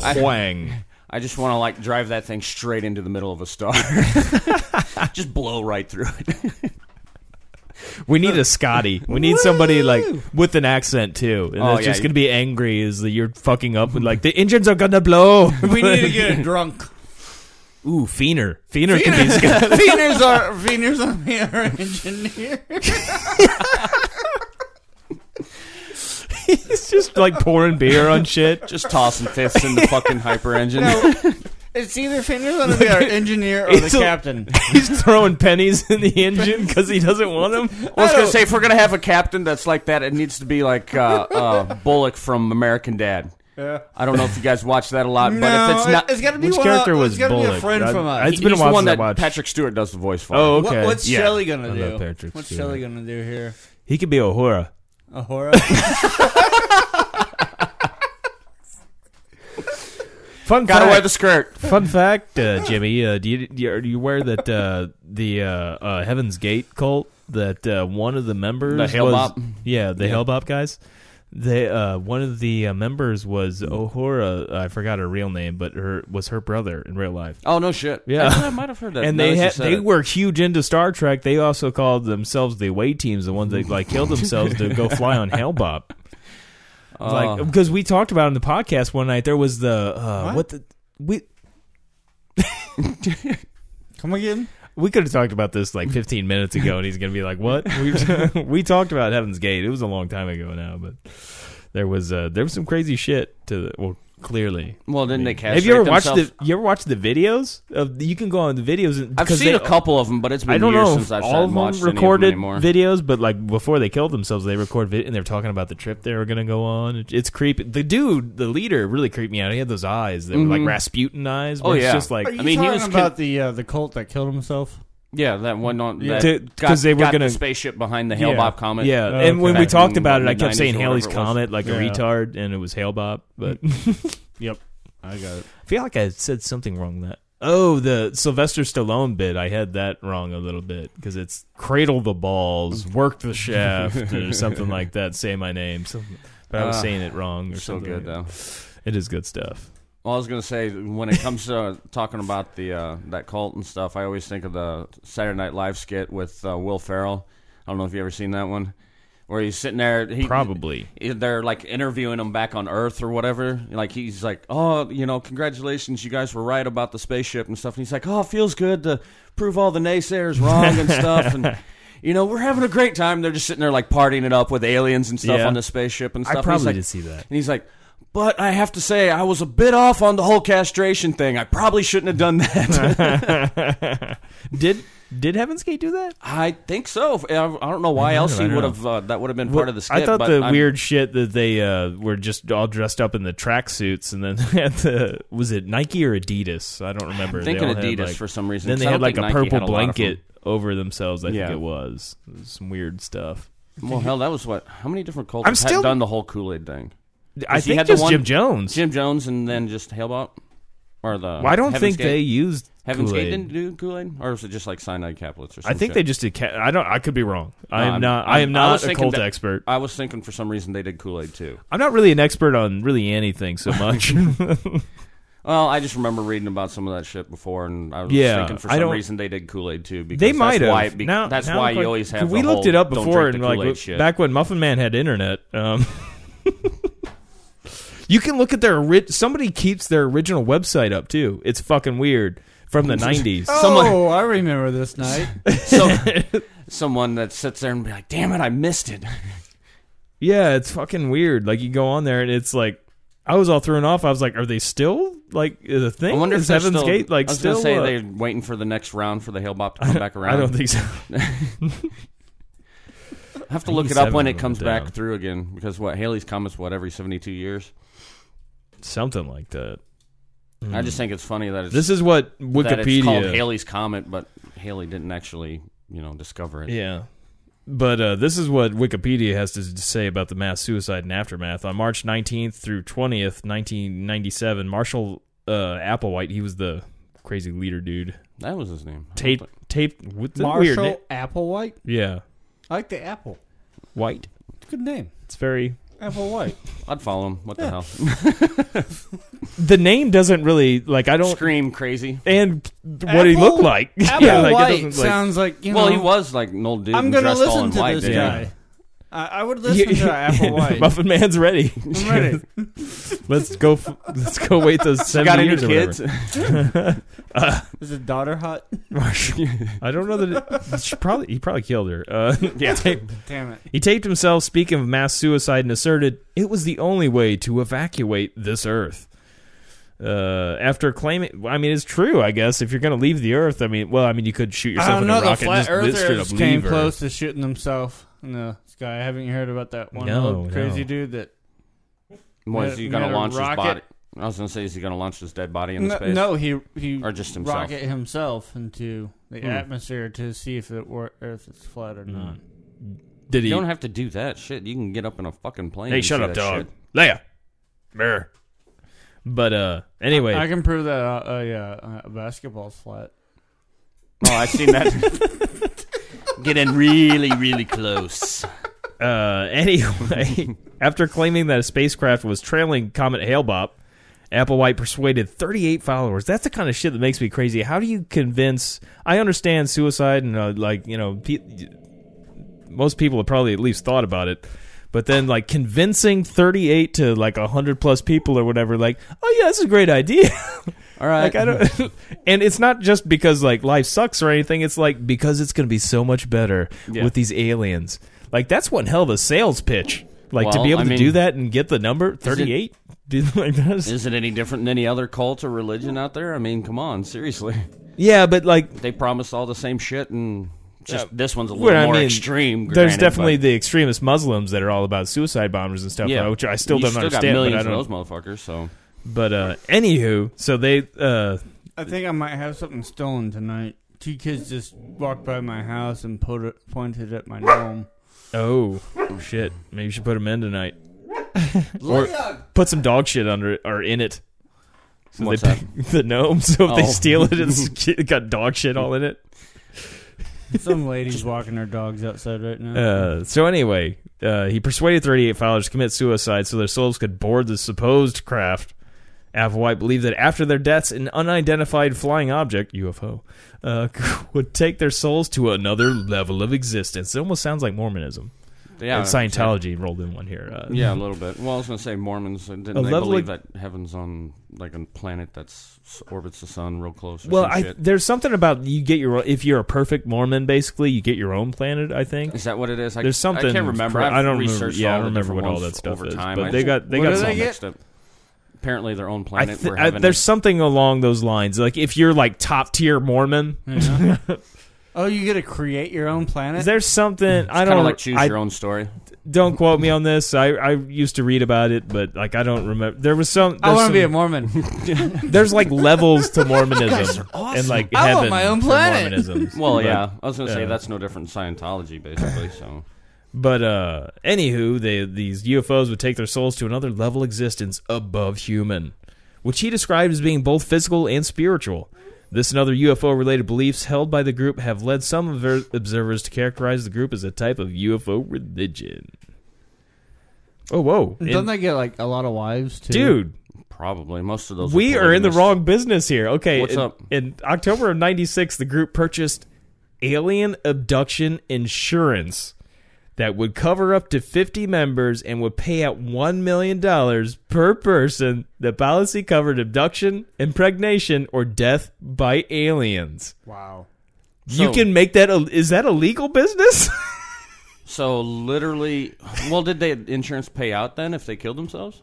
Huang. I just want to like drive that thing straight into the middle of a star, just blow right through it. We need a Scotty. We need somebody like with an accent too, and Oh, that's yeah. just gonna be angry. Is that you're fucking up with like the engines are gonna blow. We need to get it drunk. Ooh, Feener. Feener can be Scotty. Feeners are Feeners on me are engineer. It's just like pouring beer on shit. Just tossing fists in the fucking hyper engine. It's either Feeners on me our engineer or the It's a- captain. He's throwing pennies in the engine because he doesn't want them. I was gonna say if we're gonna have a captain that's like that, it needs to be like uh, uh, Bullock from American Dad. Yeah. I don't know if you guys watch that a lot, No, but if it's not, it's gotta be Which one character of, was it's gotta Bullock? be a friend I- from us. It's been a he's while the one since I that watched. Patrick Stewart does the voice for. Oh, What- okay. what's yeah. Shelly gonna I do? love Patrick what's Stewart. Shelly gonna do here? He could be a horror. A horror? Fun gotta fact. wear the skirt. Fun fact, uh, Jimmy, uh, do you do you, do you wear that uh, the uh, uh, Heaven's Gate cult that uh, one of the members The Hale was- Bop? yeah, the Yeah. Hellbop guys. They uh, one of the uh, members was Ohora. I forgot her real name, but her was her brother in real life. Oh no shit! Yeah. I, think I might have heard that. And now they that you had, said they it. were huge into Star Trek. They also called themselves the away teams, the ones that like killed themselves to go fly on Hellbop. Like Oh. because we talked about it in the podcast one night. There was the uh, What? what the we Come again? we could have talked about this like 15 minutes ago, and he's gonna be like, "What? We, we talked about Heaven's Gate. It was a long time ago now, but there was uh, there was some crazy shit to the, well, clearly." Well, didn't they castrate Have you ever themselves? watched the? You ever watched the videos? Of, you can go on the videos. And, I've because seen they- a couple of them, but it's been I don't years know since if I've sat all and of watched them any of them recorded anymore. videos, but like before they killed themselves, they record vid- and they're talking about the trip they were going to go on. It- It's creepy. The dude, the leader, really creeped me out. He had those eyes that were like Rasputin eyes. Where Mm-hmm. Oh, it's yeah. just like Are you I I mean, mean, he talking was con- about the uh, the cult that killed himself. Yeah, that one on Yeah. that To- got- 'cause they were got the gonna- spaceship behind the Hale yeah. Bob comet. Yeah, Oh, and when okay. we Back talked in about it, the I kept 90s saying or whatever Haley's it was. comet like a Yeah. retard, and it was Hale Bob. But Yep, I got it. I feel like I said something wrong that. Oh, the Sylvester Stallone bit. I had that wrong a little bit because it's cradle the balls, work the shaft, or something like that. Say my name. Something, but I was Ah, saying it wrong or so something. good though. It is good stuff. Well, I was gonna say when it comes to uh, talking about the uh, that cult and stuff, I always think of the Saturday Night Live skit with uh, Will Ferrell. I don't know if you ever seen that one, where he's sitting there. He, Probably. they're like interviewing him back on Earth or whatever. Like he's like, "Oh, you know, congratulations, you guys were right about the spaceship and stuff." And he's like, "Oh, it feels good to prove all the naysayers wrong and stuff." And you know, we're having a great time. They're just sitting there like partying it up with aliens and stuff Yeah. on the spaceship and I stuff. And he's probably like- did see that. And he's like. But I have to say, I was a bit off on the whole castration thing. I probably shouldn't have done that. Did did Heaven's Gate do that? I think so. I I don't know why know, else I he know. would have. Uh, that would have been part of the skit. I thought but the I'm- weird shit that they uh, were just all dressed up in the tracksuits, and then had the was it Nike or Adidas? I don't remember. They thinking all had, Adidas like- for some reason. Then 'cause they I had don't like a think Nike purple had a lot of blanket over themselves. I Yeah. think it was. It was some weird stuff. them. Well, hell, that was what? How many different cults I'm had still- done the whole Kool Aid thing? I he think had the just one- Jim Jones. Jim Jones and then just Hale-Bopp? or the. well, I don't Heaven's think Gate? they used Heaven's Gate Kool-Aid. didn't do Kool Aid, or was it just like cyanide caplets or I something? think they just did. Ca- I don't. I could be wrong. I am I'm- not. I'm- I am I not was a thinking cult that- expert. I was thinking for some reason they did Kool Aid too. I'm not really an expert on really anything so much. Well, I just remember reading about some of that shit before, and I was Yeah, thinking for I some don't- reason they did Kool Aid too. Because they that's might Why have. it be- now, that's now why I'm you quite- always have. We the looked whole, it up "Don't before, drink and the Kool-Aid like shit. back when Muffin Man had internet. Um, you can look at their ori- somebody keeps their original website up too. It's fucking weird from the '90s. Someone- oh, I remember this night. So, someone that sits there and be like, "Damn it, I missed it." Yeah, it's fucking weird. Like you go on there and it's like I was all thrown off. I was like, are they still like the I thing? wonder if Is they're Heaven's still, Gate like I was still? gonna say uh, they're waiting for the next round for the Hail Bop to come back around. I don't think so. I have to I look think it up when seven it went comes down. back through again because what Haley's comments what every seventy two years. Something like that. Hmm. I just think it's funny that it's This is what that it's called Wikipedia. Haley's Comet, but Haley didn't actually you know discover it. Yeah. But uh, this is what Wikipedia has to s- say about the mass suicide and aftermath. On March 19th through 20th, 1997, Marshall uh, Applewhite, he was the crazy leader dude, That was his name. tape, taped with the weird Marshall name. Applewhite. Yeah. I like the apple. White. It's a good name. It's very Applewhite. I'd follow him. What the hell? the name doesn't really like I don't Scream crazy. and what he Apple- looked like. Apple like, it White doesn't, like- sounds like you Well, know. he was like an old dude. I'm going to gonna listen to white, this didn't he? guy. I, I would listen to Applewhite. Muffin Man's ready. I'm ready. Let's go. F- let's go wait those You seven got any years or kids? Is it daughter hot? whatever. I don't know that it, she probably he probably killed her. Uh, Yeah. taped- Damn it. he taped himself speaking of mass suicide and asserted it was the only way to evacuate this Earth. Uh, after claiming, I mean, it's true. I guess if you're going to leave the Earth, I mean, well, I mean, you could shoot I yourself don't in a know. The rocket. and flat just li- straight up earthers came leave Earth. close to shooting themselves in the sky. Haven't you heard about that one No, old crazy no. dude that? What, is Made- he going made to a launch his rocket. body? I was going to say, is he going to launch his dead body into No, space? no, he he Or just himself? rocket himself into the Hmm. atmosphere to see if it were Earth is flat or not. Mm. Did he? Uh, You don't have to do that shit. You can get up in a fucking plane. Hey, and shut see up, that dog. shit. Leia. Mer. But uh anyway, I can prove that. Uh, uh, yeah, uh, basketball's flat. Oh, I've seen that. get in really, really close. uh anyway, after claiming that a spacecraft was trailing Comet Hale-Bopp, Applewhite persuaded 38 followers. That's the kind of shit that makes me crazy. How do you convince I understand suicide and uh, like, you know, pe- most people have probably at least thought about it. But then like convincing 38 to like 100 plus people or whatever like, "Oh yeah, this is a great idea." All right. like I don't and it's not just because like life sucks or anything, it's like because it's going to be so much better Yeah. with these aliens. Like that's one hell of a sales pitch. Like to Well, be able I to mean- do that and get the number 38 Dude, like that's- Is it any different than any other cult or religion out there? I mean, come on, seriously. Yeah, but like They promise all the same shit, and just Yeah. this one's a Well, little I more mean, extreme. There's granted, definitely but- the extremist Muslims that are all about suicide bombers and stuff, yeah, which I still You don't still understand. Got millions but I of don't. those motherfuckers. So But uh, anywho, so they uh, I think I might have something stolen tonight. Two kids just walked by my house and put it, pointed at my dome. oh Mm. shit, maybe you should put them in tonight, or put some dog shit under it or in it. So What's they that? pick the gnome. So if they Oh. steal it, it's got dog shit all in it. Some ladies walking their dogs outside right now. Mm-hmm. Uh, so anyway, uh, he persuaded 38 followers to commit suicide so their souls could board the supposed craft. Applewhite believed that after their deaths, an unidentified flying object (UFO) uh, would take their souls to another level of existence. It almost sounds like Mormonism yeah, and Scientology rolled in one here. Uh, Yeah, a little bit. Well, I was gonna say Mormons. uh, Didn't A they level believe that heaven's on like a planet that's s- orbits the sun real close? Or Well, some I, shit? there's something about you get your if you're a perfect Mormon, basically you get your own planet. I think is that what it is? I, there's something. I can't remember. cra- I've I don't remember. researched Yeah, I all don't the remember different what all ones that stuff over is. time. I But they just- got they What got do some they all get? mixed up. Apparently, their own I planet. thi- where I, heaven there's is. something along those lines. Like if you're like top tier Mormon, Yeah. oh, you get to create your own planet? is there something I Kinda don't like choose I, your own story. Don't quote me on this. I, I used to read about it, but like I don't remember. There was some. I there's want to be a some- Mormon. There's like levels to Mormonism and like I want heaven my own for planet. Mormonism. Well, But- yeah, I was gonna say uh, that's no different than Scientology, basically. So But uh anywho, they these UFOs would take their souls to another level existence above human, which he described as being both physical and spiritual. This and other UFO related beliefs held by the group have led some obver- observers to characterize the group as a type of UFO religion. Oh whoa. Don't And- they get like a lot of wives too? dude, probably most of those. we are in the polygamists. wrong business here. Okay, What's in, up? in October of '96, the group purchased alien abduction insurance that would cover up to 50 members and would pay out one million dollars per person. The policy covered abduction, impregnation, or death by aliens. Wow. you So- can make that. A, is that a legal business? So literally, well, did they insurance pay out then if they killed themselves?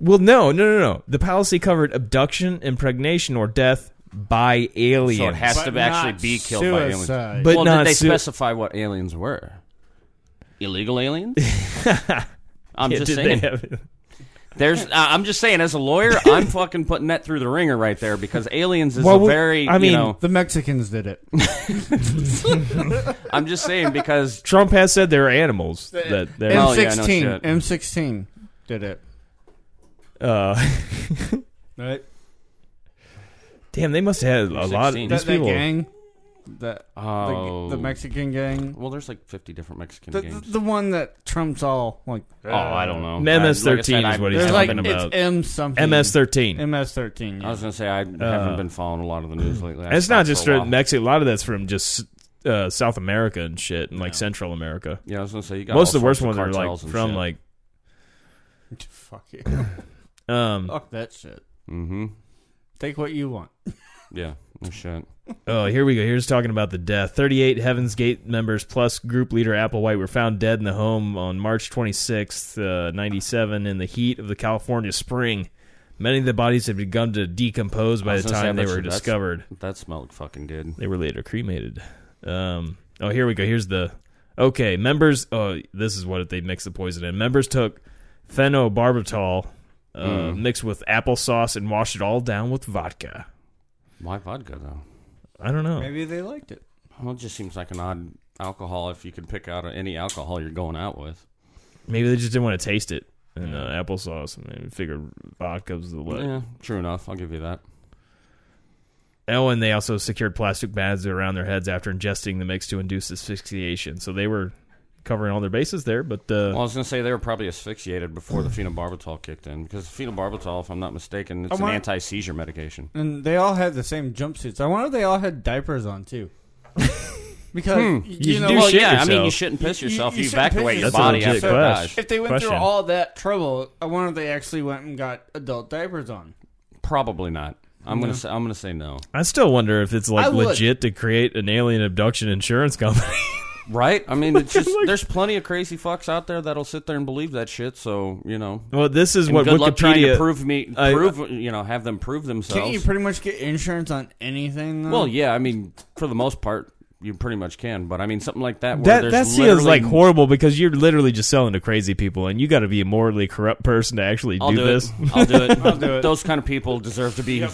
well, no, no, no, no. The policy covered abduction, impregnation, or death by aliens. So it has to But actually not be killed by aliens. suicide. But well, not did they su- specify what aliens were? Illegal aliens? I'm Yeah, just did they saying. have- There's. Uh, I'm just saying. As a lawyer, I'm fucking putting that through the ringer right there because aliens is Well, a we- very. I mean, you know, the Mexicans did it. I'm just saying because Trump has said they're animals. That they're Oh, yeah, no M16. shit. M16 did it. uh, Right? damn, they must have had a lot of 16. these That, that people. gang. That, oh, the, the Mexican gang. Well, there's like 50 different Mexican The, the, games. the one that trumps all. Like, oh, I don't know. MS-13 I- like I said, is what I- he's There's like, talking about. it's M something. MS-13. MS-13. I Yeah. was gonna say I Uh, haven't been following a lot of the news lately. I And it's not stopped just for a from while. Mexico. A lot of that's from just uh, South America and shit, and like Central America. Yeah, I was gonna say you got Most all of the worst sorts ones are like cartels and from shit. like Fuck it. um Oh. Fuck that shit. Mm-hmm. Take what you want. Yeah. No shit. Oh, here we go. Here's talking about the death. 38 Heaven's Gate members plus group leader Applewhite were found dead in the home on March 26th, uh, 97, in the heat of the California spring. Many of the bodies had begun to decompose I by was the gonna say, time I they bet were you that's- discovered. That smelled fucking good. They were later cremated. Um, oh, here we go. Here's the. Okay, members. Oh, this is what they mixed the poison in. Members took phenobarbital uh, mixed with applesauce and washed it all down with vodka. Why vodka though? I don't know. Maybe they liked it. Well, it just seems like an odd alcohol if you could pick out any alcohol you're going out with. Maybe they just didn't want to taste it. And uh, applesauce, and they figured vodka was the what. yeah, true enough. I'll give you that. Oh, and they also secured plastic bags around their heads after ingesting the mix to induce asphyxiation. So they were covering all their bases there. But uh, Well, I was gonna say they were probably asphyxiated before the phenobarbital kicked in because phenobarbital, if I'm not mistaken, it's I an want- anti-seizure medication. And they all had the same jumpsuits. I wonder if they all had diapers on too. because Hmm. you, You know, do well, shit yeah, I yourself. mean, you shit and piss You- you- yourself. you You, shouldn't piss evacuate your yourself. body That's a after legit it question. dies. if they went through Question. all that trouble, uh, I wonder if they actually went and got adult diapers on. Probably not. I'm gonna say, I'm gonna say no. I still wonder if it's I like would. legit to create an alien abduction insurance company. Right? I mean, it's just there's plenty of crazy fucks out there that'll sit there and believe that shit. So you know, well, this is And what good Wikipedia luck trying to prove me, I- prove you know, have them prove themselves. Can't you pretty much get insurance on anything? Though? well, yeah. I mean, for the most part, you pretty much can. But I mean, something like that. Where That there's that feels literally- like horrible because you're literally just selling to crazy people, and you got to be a morally corrupt person to actually I'll do, do, this. it. I'll do it. I'll do it. Those kind of people deserve to be. I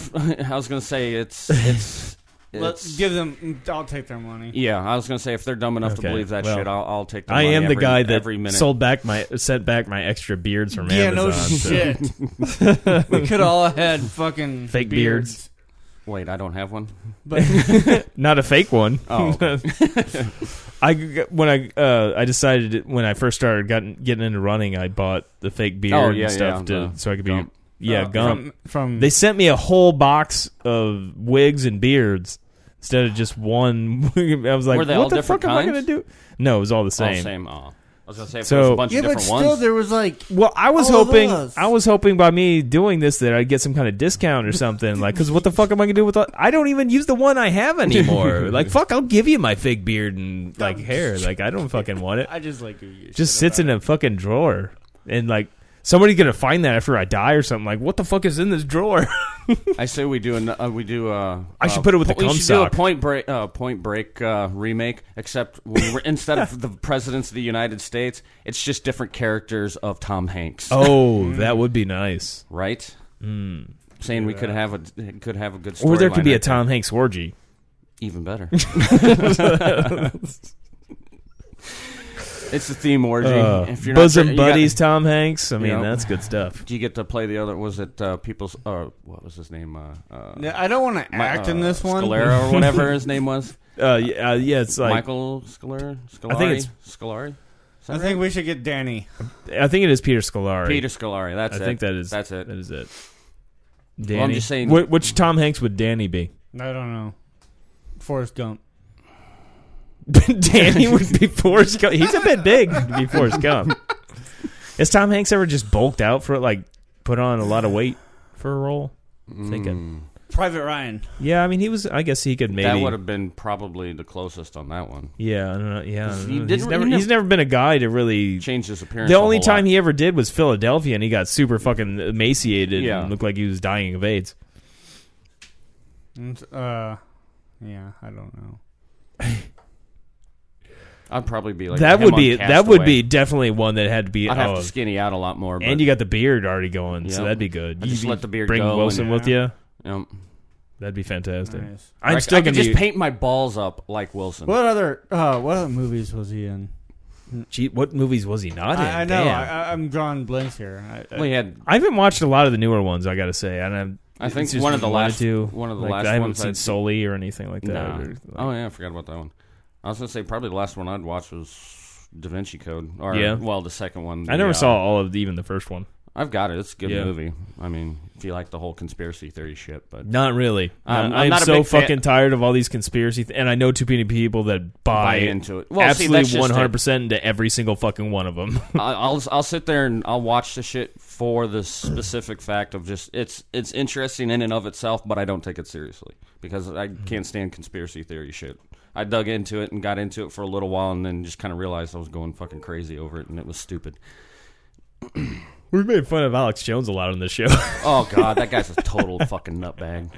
was gonna say it's it's. let's it's- give them. I'll take their money. yeah, I was gonna say if they're dumb enough Okay, to believe that well, shit, I'll, I'll take. Their I money am the every- guy that every minute. sold back my sent back my extra beards from yeah, Amazon. no so- shit. we could all have had fucking Fake beards, Wait, I don't have one. but Not a fake one. Oh, okay. I when I uh, I decided it- when I first started gotten, getting into running, I bought the fake beard Oh, yeah, and stuff yeah, to, the so I could be Gump. yeah uh, gump. from, from They sent me a whole box of wigs and beards instead of just one. I was like, Were they what all the fuck different am I kinds? going to do? No, it was all the All same. same. Oh. I was gonna say if So- there was a bunch yeah, of but different still, ones. there was like Well, I was All of hoping those. I was hoping by me doing this that I'd get some kind of discount or something. Like, because what the fuck am I gonna do with? All, I don't even use the one I have anymore. like, fuck, I'll give you my fake beard and like hair. Like, I don't fucking want it. I just like to use Just shit sits in about a fucking drawer and like. Somebody's gonna find that after I die or something. Like, what the fuck is in this drawer? I say we do an, uh, we do. Uh, I should uh, put it with the we cum should sock. do a Point Break uh, Point Break uh, remake, except we were, instead of the presidents of the United States, it's just different characters of Tom Hanks. oh, that would be nice. right. Hmm. Saying we could have a could have a good story Or there could be a Tom Hanks orgy. even better. it's the theme orgy. Uh, if you're bosom not, sure- you got- buddies, Tom Hanks. I mean, know. that's good stuff. do you get to play the other? Was it uh, people's? Uh, what was his name? Uh, uh, it. Yeah, I don't want to Mi- act uh, in this one. Scalera or whatever his name was. Uh, yeah, uh, yeah, it's like Michael Scalera. Scalari? I think it's- Scalari. Is that I think we should get Danny. I think it is Peter Scolari. right? Peter Scalari. That's I it. think that is that's it. That is it. Danny. Well, I'm just saying- Wh- which Tom Hanks would Danny be? I don't know. Forrest Gump. Danny would be Forrest Gump. He's a bit big to be Forrest Gump. Has Tom Hanks ever just bulked out for like put on a lot of weight for a role? Mm. Thinking. Private Ryan. Yeah, I mean he was. I guess he could maybe. That would have been probably the closest on that one. yeah, I don't know. Yeah, I don't He know. didn't- he's never. he He's never been a guy to really. Changed his appearance. The a only whole time lot. he ever did was Philadelphia, and he got super fucking emaciated Yeah. and looked like he was dying of AIDS. And, uh, yeah, I don't know. I'd probably be like that him would on be that would Castaway. be definitely one that had to be. I'd have oh, to skinny out a lot more. But, And you got the beard already going, Yeah. so that'd be good. I You just let the beard bring go Wilson and- with you. um, That'd be fantastic. Nice. I'm I- still I could gonna be just paint my balls up like Wilson. What other uh, what other movies was he in? Gee, what movies was he not in? I, I know. I, Oh, Damn. I- I'm drawing blanks here. I, I, Well, he had. I haven't watched a lot of the newer ones. I gotta say, and I'm, I think it's just one of the wanted last- to, one of the like, last I haven't ones seen I'd- Sully or anything like that. Nah. or, like- oh yeah, I forgot about that one. I was gonna say probably the last one I'd watch was Da Vinci Code. Or, Yeah. Well, the second one. I never the, uh, saw all of the, even the first one. I've got it. It's a good Yeah. movie. I mean, if you like the whole conspiracy theory shit, but Not really. I'm- Not- I'm I'm not a so big fan- fucking tired of all these conspiracy, th- and I know too many people that buy, Buy into it. Well, see, that's absolutely just it. one hundred percent into every single fucking one of them. I- I'll I'll sit there and I'll watch the shit for the specific fact of just it's it's interesting in and of itself, but I don't take it seriously because I Mm-hmm. can't stand conspiracy theory shit. I dug into it and got into it for a little while, and then just kind of realized I was going fucking crazy over it, and it was stupid. We've made fun of Alex Jones a lot on this show. Oh god, that guy's a total fucking nutbag.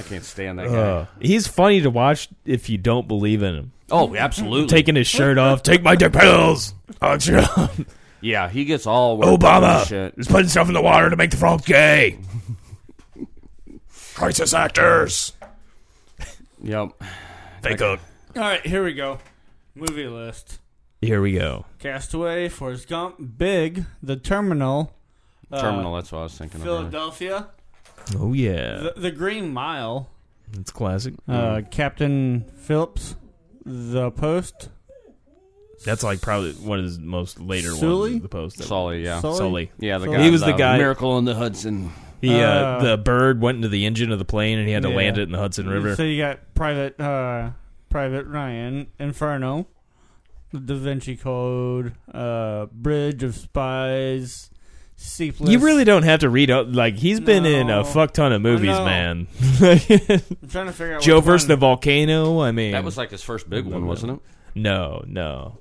I can't stand that guy. Uh, he's funny to watch if you don't believe in him. oh, absolutely. Taking his shirt off, take my dick pills. Alex Jones. yeah, he gets all worked up and Obama shit. is putting stuff in the water to make the frogs gay. Crisis actors. Yep. They cook. all right, here we go. Movie list: Here we go. Castaway, Forrest Gump, Big, The Terminal, uh, Terminal. that's what I was thinking of. Philadelphia, Oh yeah, Hmm. the, the Green Mile, it's classic. uh, Captain Phillips, The Post, That's like probably one of his most later Sully? ones. The post. that- Sully. Yeah. Sully? Sully. Yeah, the So- guy. He was the guy- Miracle in the Hudson. He, uh, Uh, the bird went into the engine of the plane and he had to Yeah. land it in the Hudson River. So you got Private uh, Private Ryan, Inferno, The Da Vinci Code, uh, Bridge of Spies, Sleepless. You really don't have to read o- like he's been in No. a fuck ton of movies, know. man. I'm trying to figure out Joe which versus the one. volcano. I mean, That was like his first big one, wasn't it? no, no,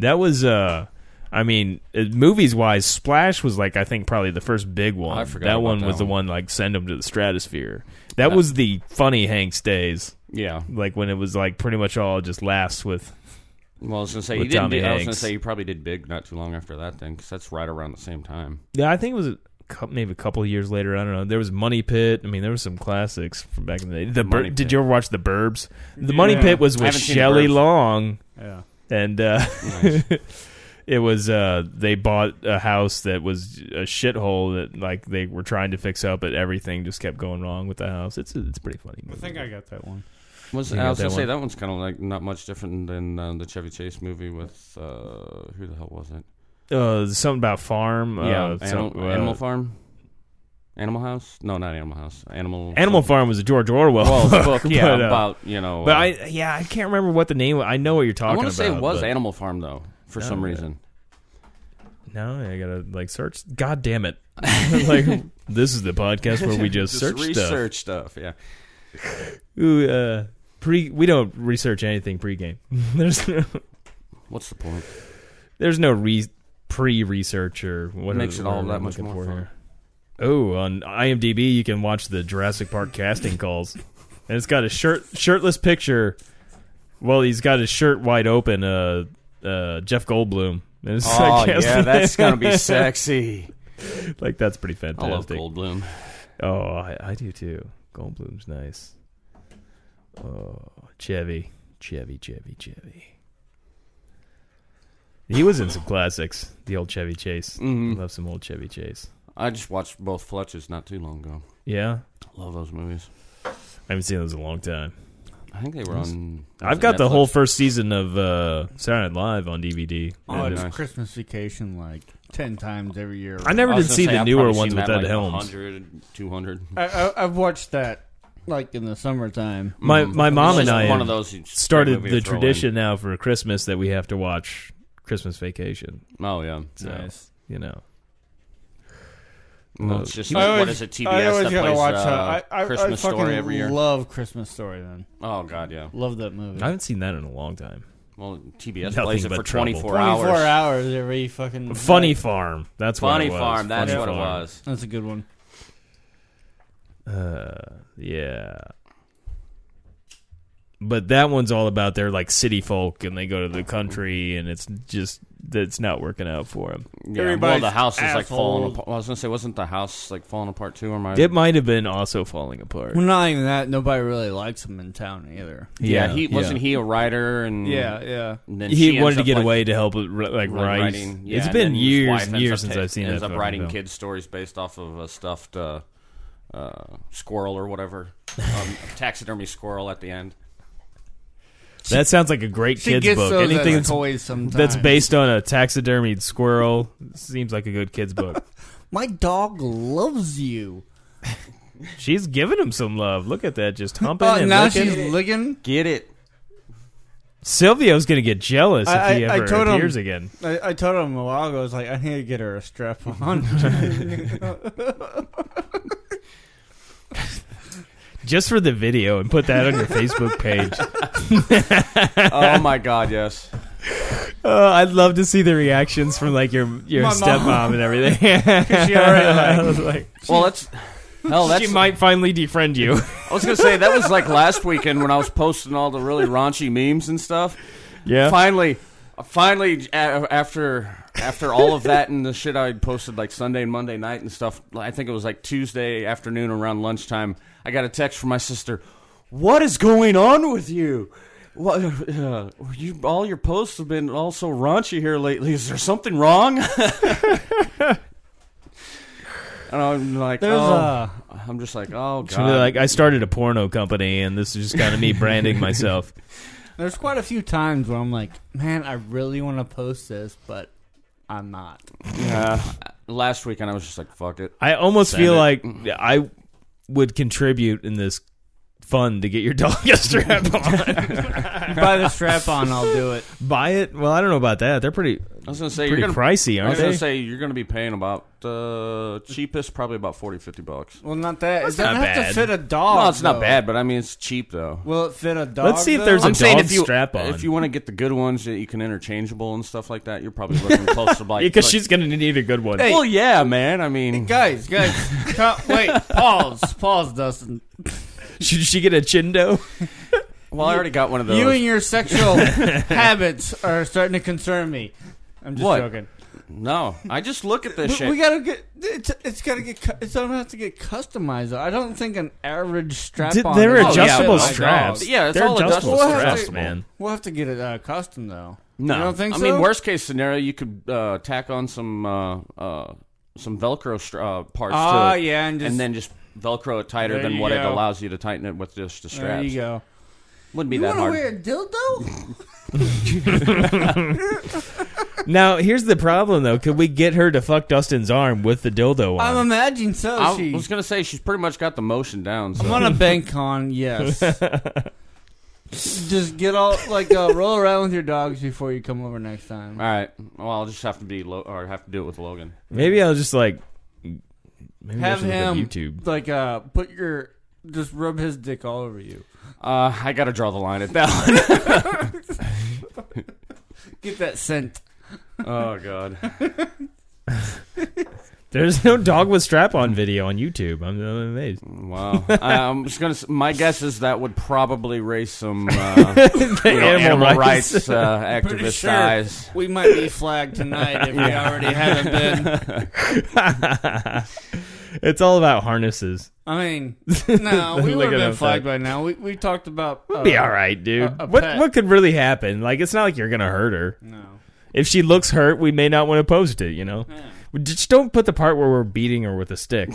that was uh, I mean, movies wise, Splash was like I think probably the first big one. I forgot that about one that was the one. one like send him to the stratosphere. That That- was the funny Hanks days, Yeah. like when it was like pretty much all just laughs with Well, I was gonna say With he didn't. Tommy Do, I was gonna Hanks. say he probably did big not too long after that then, because that's right around the same time. Yeah, I think it was a cou- maybe a couple of years later. I don't know. There was Money Pit. I mean, there were some classics from back in the day. The Bur- Money did Pit. you ever watch The Burbs? The Money Yeah. Pit was I with haven't seen The Shelley Burbs. Long, Yeah. and uh, Nice. it was uh, they bought a house that was a shithole that like they were trying to fix up, but everything just kept going wrong with the house. It's it's a pretty funny. I Movie. think I got that one. Was, You I got was that gonna say one? that one's kind of like not much different than uh, the Chevy Chase movie with uh, who the hell was it? uh, something about farm. yeah, uh, Animal, some- uh, Animal Farm, Animal House. No, not Animal House. Animal. Animal Farm was a George Orwell Well, book, book, yeah, but, uh, about you know. but uh, I yeah I can't remember what the name. I know what you're I talking want about. to say it was but- Animal Farm though, for Oh, some yeah. reason. No, I gotta like search. God damn it! like this is the podcast where we just, search research stuff. Yeah, stuff. Ooh, uh, pre. We don't research anything pregame. there's no, what's the point? there's no re pre research or what Makes it all that I'm much looking more for fun. here. Oh, on IMDb you can watch the Jurassic Park casting calls, and it's got a shirt shirtless picture. Well, he's got his shirt wide open. Uh, uh, Jeff Goldblum. And it's Oh like, yeah, that's gonna be sexy. like that's pretty I fantastic. love Goldblum. Oh, I, I do too. Goldblum's nice. Oh, Chevy, Chevy, Chevy, Chevy. He was in some classics. The old Chevy Chase. Mhm. Love some old Chevy Chase. I just watched both Fletches not too long ago. Yeah, Love those movies. I haven't seen those in a long time. I think they were on. was I've it got the Netflix? whole first season of uh, Saturday Night Live on DVD. Oh, Yeah, it's nice. Christmas vacation like 10 times every year. I never I did was gonna see say, the I've newer probably ones seen with that, Ed like, Helms. 100, 200. I, I, I've watched that like in the summertime. My Mm. my It's mom and just I one have of those you just- started movie the to throw in. tradition now for Christmas that we have to watch Christmas Vacation. Oh yeah, So, You know. Well, Uh, it's just I always- what is it? TBS I always that gotta plays watch uh, that. I, I, I Christmas fucking Story every year. Love Christmas Story. Then oh god, yeah. love that movie. I haven't seen that in a long time. Well, TBS Nothing plays it but for trouble. 24 Twenty-four hours. hours. every fucking Funny night. Farm. That's what Funny it was. Farm. That's Funny what it Farm. was. That's a good one. Uh, yeah. But that one's all about their like city folk, and they go to the country, and it's just that's not working out for them. Yeah. Everybody's well, the house is like falling asshole. apart. Well, I was gonna say, wasn't the house like falling apart too? Or am I? It might have been also falling apart. Well, not even that. Nobody really likes him in town either. yeah, Yeah, he yeah. wasn't he a writer and Yeah, yeah. and then she He ends wanted to up, get like, away to help it, ri- like like, write. writing. Yeah, it's and been then his years wife and ends years up since ta- I've seen ends that. up fucking writing film. kids stories based off of a stuffed uh, uh, squirrel or whatever, um, taxidermy squirrel at the end. That sounds like a great She kids gets book. those Anything as that's, toys sometimes. that's based on a taxidermied squirrel seems like a good kids book. My dog loves you. She's giving him some love. Look at that, just humping Oh, and now licking. she's licking. Get it? Silvio's gonna get jealous if I- he I- I ever told him- appears again. I, I told him a while ago. I was like, I need to get her a strap on. Just for the video and put that on your Facebook page. oh my God! Yes. Uh, I'd love to see the reactions from like your your My mom. stepmom and everything. she already like- I was like, Well, that's. Hell, that's. she might finally defriend you. I was gonna say that was like last weekend when I was posting all the really raunchy memes and stuff. yeah. Finally, finally, a- after after all of that and the shit I posted like Sunday and Monday night and stuff, I think it was like Tuesday afternoon around lunchtime. I got a text from my sister. What is going on with you? What, uh, you all your posts have been all so raunchy here lately. Is there something wrong? and I'm like, There's uh, oh. a I'm just like, oh god. She'll be like, I started a porno company and this is just kind of me branding myself. there's quite a few times where I'm like, man, I really want to post this, but I'm not. yeah. uh, Last weekend I was just like, fuck it. I almost Send feel it. like I would contribute in this fun to get your dog a strap on. Buy the strap on, I'll do it. Buy it? Well, I don't know about that. They're pretty I was gonna say pretty you're gonna, pricey, I aren't was gonna they? say you're gonna be paying about uh, cheapest, probably about 40, 50 bucks. Well, not that. That's it doesn't not have bad. to fit a dog. no, it's not though. bad, but I mean it's cheap though. Will it fit a dog? Let's see if though? there's a I'm saying dog if you strap on. if you want to get the good ones that you can interchangeable and stuff like that, you're probably looking close to like Because like- she's gonna need a good one. well, yeah, man. I mean, guys, guys. come- wait, pause, pause, Dustin. Should she get a chindo? well, I already got one of those. You and your sexual habits are starting to concern me. I'm just What? joking. no, I just look at this We, shit. we gotta get. It's, it's gotta get. cu- It's gonna have to get customized. I don't think an average strap Did- on. they're is- adjustable Oh, yeah, but- straps. Yeah, it's they're all adjustable, adjustable straps, straps. man. We'll have to get it uh, custom though. no, You don't think I so? mean, worst case scenario, you could uh, tack on some uh, uh, some Velcro str- uh, parts. Ah, to, yeah, and just and then just Velcro it tighter There than you what it go. allows you to tighten it with just the there straps. you go. Wouldn't be You that want to hard. wear a dildo? Now here's the problem though. Could we get her to fuck Dustin's arm with the dildo I'm on? imagining so. I Oh, she, was gonna say she's pretty much got the motion down. So. I'm on a bank con. Yes. just get all like uh, roll around with your dogs before you come over next time. All right. Well, I'll just have to be Lo- or have to do it with Logan. maybe I'll just like maybe I Have should look up him YouTube. like uh, put your just rub his dick all over you. Uh, I gotta draw the line at that. one. Get that scent. oh God. There's no dog with strap on video on YouTube. I'm, I'm amazed. Wow. I, I'm just gonna. s- My guess is that would probably raise some uh, you know, animal animal, rights. rights, uh, activist sure. eyes. We might be flagged tonight if we already haven't been. It's all about harnesses. I mean, no, we Look would at have him, been flagged by now. We we talked about. Uh, Be all right, dude. a- a what pet. what could really happen? Like it's not like you're gonna hurt her. No. If she looks hurt, we may not want to post it. You know, just don't put the part where we're beating her with a stick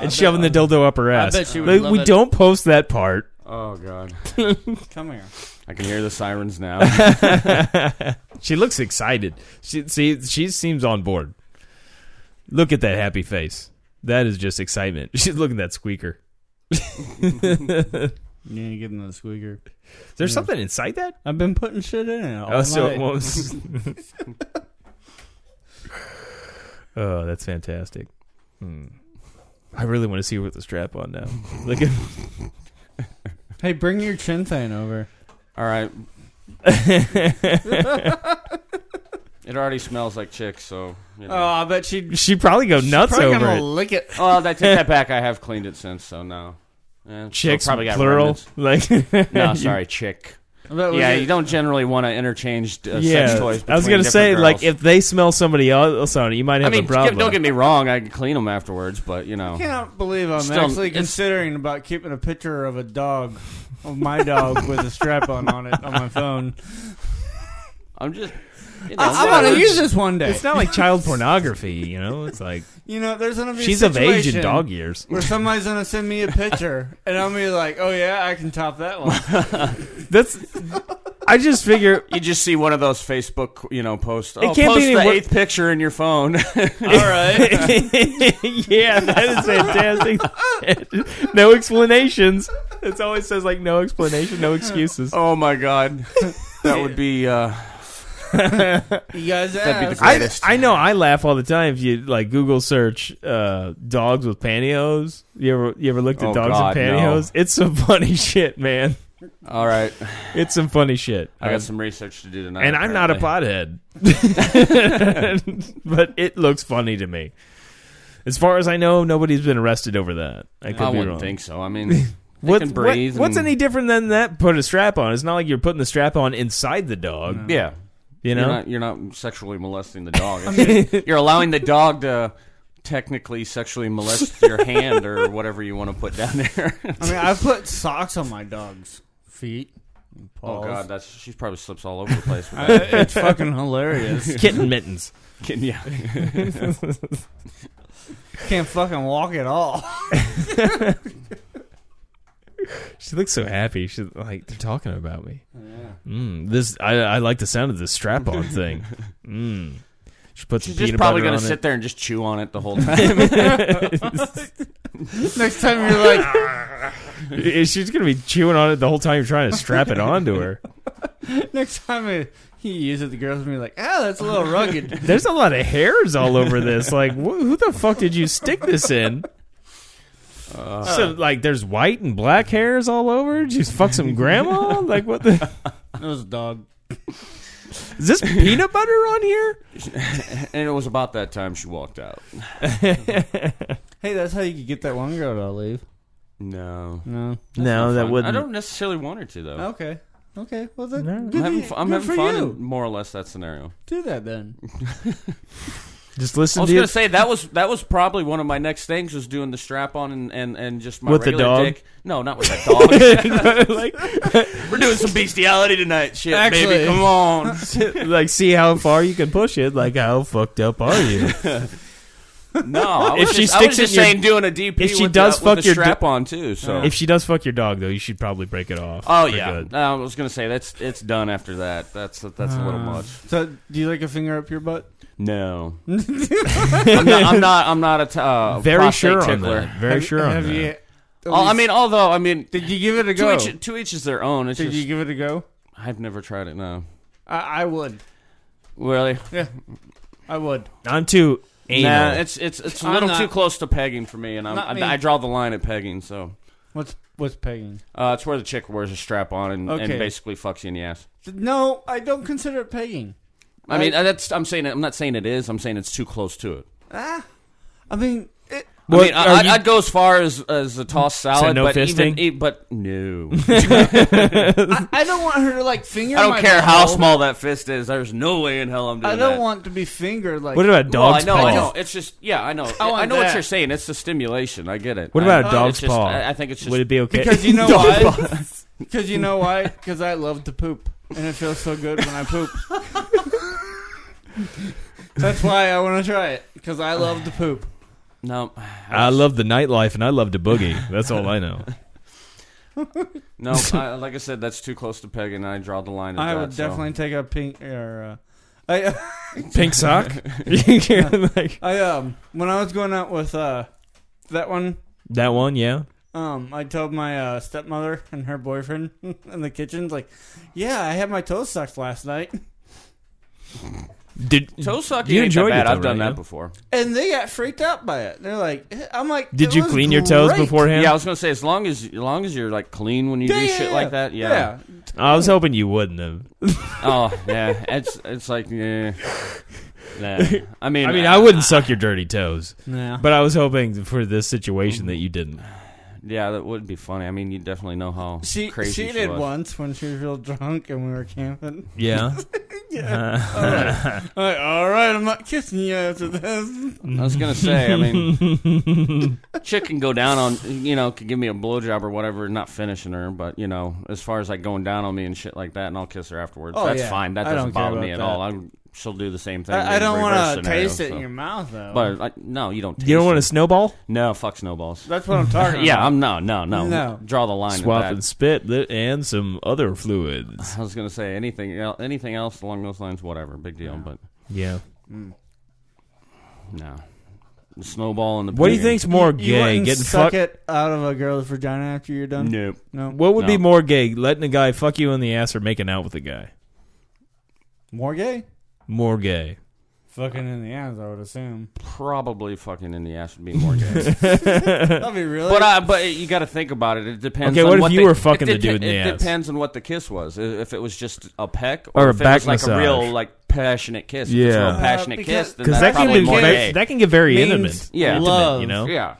and shoving the dildo up her ass. bet she would Like, love we it. don't post that part. Oh God. Come here. I can hear the sirens now. She looks excited. She see she seems on board. Look at that happy face. That is just excitement. She's looking at that squeaker. You ain't getting the squeaker. Is there something inside that? I've been putting shit in it. All Oh, so night. it won't. oh, that's fantastic. Hmm. I really want to see her with the strap on now. Look at Hey, bring your chin thing over. all right. it already smells like chicks, so. You know. Oh, I bet she'd she'd probably go nuts probably over gonna it. lick it. Oh, I take that back. I have cleaned it since, so no. Eh, so Chicks, probably got plural. remnants. Like, No, sorry, chick. I bet we Yeah, get- you don't generally want to interchange uh, yeah. sex toys. I was between gonna say, different like, girls. if they smell somebody else on it, you might I have mean, a get- problem. don't get me wrong. I can clean them afterwards, but you I know, can't believe I'm Still- actually it's- considering about keeping a picture of a dog, of my dog with a strap on on it on my phone. I'm just. You know, I, am whatever. gonna use this one day. it's not like child pornography, you know. It's like You know, there's gonna be a she's of age in situation dog years. where somebody's gonna send me a picture, and I'm gonna be like, "Oh yeah, I can top that one." That's. I just figure You just see one of those Facebook, you know, posts. Oh, It can't post be any the wor- eighth picture in your phone. All right, yeah, that is fantastic. no explanations. It always says like no explanation, no excuses. oh my god, that would be. Uh, you guys That'd be the asked. I, greatest. I know I laugh all the time if you like Google search uh, dogs with pantyhose. You ever you ever looked at Oh, dogs God, with no. pantyhose? It's some funny shit, man. all right, It's some funny shit. I got some research to do tonight, Um, and I'm not a apparently. pothead. but it looks funny to me. As far as I know, nobody's been arrested over that. I could I be wouldn't wrong. think so. I mean, they What- can what- breathe. what's and- any different than that? Put a strap on. It's not like you're putting the strap on inside the dog. Yeah, You You're know, not, you're not sexually molesting the dog. It's- you're allowing the dog to technically sexually molest your hand or whatever you want to put down there. I mean, I put socks on my dog's feet. and oh paws. god, that's she probably slips all over the place with Uh, that. it's fucking hilarious. kitten mittens. Can- yeah. Can't fucking walk at all. She looks so happy. She's like, they're talking Oh, about me. Mm, this I, I like the sound of this strap on thing. Mm. She puts She's some just peanut probably butter on gonna sit it. there and just chew on it the whole time. Next time you're like, Yeah, She's gonna be chewing on it the whole time you're trying to strap it onto her. next time it, he uses it, the girls gonna be like, ah, that's a little rugged. There's a lot of hairs all over this. Like, wh- who the fuck did you stick this in? Uh. so, like, there's white and black hairs all over. Did you fuck some grandma? Like, what the? it was a dog. Is this peanut butter on here? and it was about that time she walked out. Hey, that's how you could get that one girl to leave. No. No. No, that I don't necessarily want her to though. Okay. Okay. Well, then, No. good I'm having, for- fu- I'm good having for fun you. in more or less that scenario. Do that then. Just listen I was to gonna it. say that was that was probably one of my next things was doing the strap on and, and, and just my With the regular dog? dick. No, not with that dog. like, We're doing some bestiality tonight, shit, Actually- baby. Come on. like, see how far you can push it. Like, how fucked up are you? No, I was If she just, I was sticks it just in your- saying doing a DP. if she with does the, fuck with the your strap on too. So if she does fuck your dog, though, you should probably break it off. oh for yeah, good. No, I was gonna say that's it's done after that. That's that's a little Uh. much. So, do you like a finger up your butt? No, I'm not. I'm not, I'm not a t- uh, Very prostate sure on tickler. that. Very Have- sure on have that. you- at Oh, I least- mean, although I mean, did you give it a two go? each, two each is their own. It's Did just you give it a go? I've never tried it. No, I, I would. really. Yeah, I would. I'm too anal. Nah, it's it's it's a I'm little not- too close to pegging for me, and I'm, Not I, me. I draw the line at pegging. So What's what's pegging? uh, it's where the chick wears a strap on and, and Okay. basically fucks you in the ass. No, I don't consider it pegging. I mean, uh, that's I'm saying it- I'm not saying it is. I'm saying it's too close to it. Ah, I mean, it, I What mean, I, are I'd, you- I'd go as far as as a toss salad, no but even fisting? e- but no, I, I don't want her to like finger. I don't my care how butthole. small that fist is. There's no way in hell I'm doing I don't that. want to be fingered like. what about a Well, I dog's know, paw? I know. It's just yeah, I know. I, want know what that. you're saying. It's the stimulation. I get it. What I- about a uh, dog's it's just- paw? I, I think it's just Would it be okay? Because you know Dog why? paw. Because you know why? Because I love to poop, and it feels so good when I poop. That's why I want to try it because I love to poop. no. I love the nightlife and I love to boogie. That's all I know. No, I, like I said, that's too close to peg, and I draw the line. At I that, would so. definitely take a pink or. Uh, I Pink sock? like, I um when I was going out with uh that one that one, yeah. Um, I told my uh, stepmother and her boyfriend in the kitchen, like, yeah, I had my toes sucked last night, Did Toe sucking You ain't enjoyed it that bad. though, I've done right? that before. and they got freaked out by it. They're like, I'm like, did "It you was clean your toes great." beforehand? Yeah, I was gonna say as long as as long as you're like clean when you Yeah, do yeah, shit yeah. like that. Yeah. I was hoping you wouldn't have. Oh yeah. It's it's like yeah. Nah. I mean, uh, I mean, I wouldn't suck your dirty toes, yeah. but I was hoping for this situation that you didn't. Yeah, that would be funny. I mean, you definitely know how she crazy she did was. once when she was real drunk and we were camping. Yeah. Uh, I'm like, all right, I'm not kissing you after this. I was gonna say, I mean, chick can go down on, you know, could give me a blowjob or whatever, not finishing her, but you know, as far as like going down on me and shit like that, and I'll kiss her afterwards. Oh, that's yeah. fine. That I doesn't don't care bother me at about all. I, she'll do the same thing. I, I in don't reverse want to scenario, taste it so. in your mouth though. But like, no, you don't. Taste you don't want want to snowball? No, fuck snowballs. that's what I'm talking. about. yeah, I'm no, no, no. No. Draw the line. at Uh-huh. Swap that. and spit li- and some other fluids. I was gonna say anything, el- anything else along those lines, whatever, big deal. But Yeah. no, the snowball and the. What do you pool. think's more You gay? wouldn't Getting suck fucked? it out of a girl's vagina after you're done. Nope. No, What would be No. more gay? Letting a guy fuck you in the ass or making out with a guy? more gay. More gay. Fucking in the ass, I would assume. Probably fucking in the ass would be more gay. That'd be really. But I, but you got to think about it. It depends. Okay, on what if you they- were fucking it the dude in the it ass? depends on what the kiss was. I- If it was just a peck Or a if back it was like massage. a real like passionate kiss. If it's a Yeah. real passionate Uh, kiss, because- then Because that's that can probably be more very, gay. that can get very Means intimate. Yeah. Intimate, love. you know. yeah.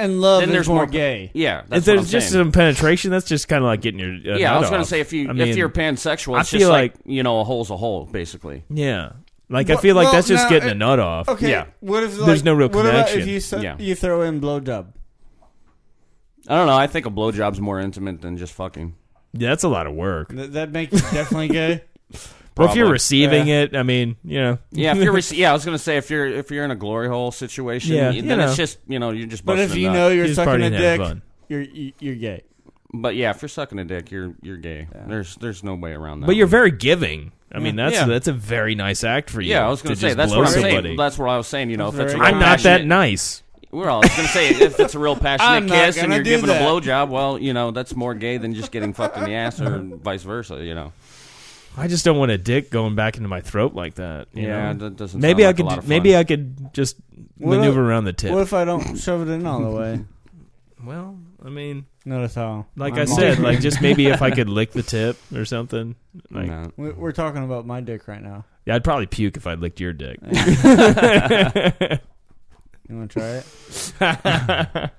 and love Then is there's more, more- gay. Yeah. If That's there's what I'm just saying. some penetration, that's just kind of like getting your uh, yeah, I nut was gonna off. say if you I mean, if you're pansexual, I it's feel just like, you know a hole's a hole basically. yeah, like I Well- feel like well, that's just now, getting it- a nut off. Okay. Yeah. What if like, There's no real what about if connection. you so- Yeah. you throw in blowjob? I don't know. I think a blowjob's more intimate than just fucking. Yeah, that's a lot of work. Th- that makes you definitely gay. Well, if you're Probably. receiving it, I mean, you know, Yeah, if you're rece- yeah, I was gonna say if you're if you're in a glory hole situation, Yeah, yeah, you then know. it's just you know you're just. But busting if a you nut. know you're He's sucking partying a and having dick, fun. you're you- you're gay. But yeah, if you're sucking a dick, you're you're gay. There's there's no way around that. but you're very giving. I mean, Yeah. that's Yeah. that's a very nice act for you. Yeah, I was going gonna to say just that's blow what I'm somebody. saying. That's what I was saying. You know, if That's it's a very real I'm not that passionate- nice. We're all going to say if it's a real I'm passionate not kiss and gonna you're do giving that. a blowjob, well, you know that's more gay than just getting fucked in the ass or vice versa. You know. I just don't want a dick going back into my throat like that. you Yeah, know? that doesn't. Maybe sound I like a could. lot of fun. Maybe I could just What maneuver if- around the tip. What if I don't shove it in all the way? well, I mean, Notice how. like my I mom- said, like just maybe if I could lick the tip or something. Like, No. We- We're talking about my dick right now. yeah, I'd probably puke if I licked your dick. You want to try it?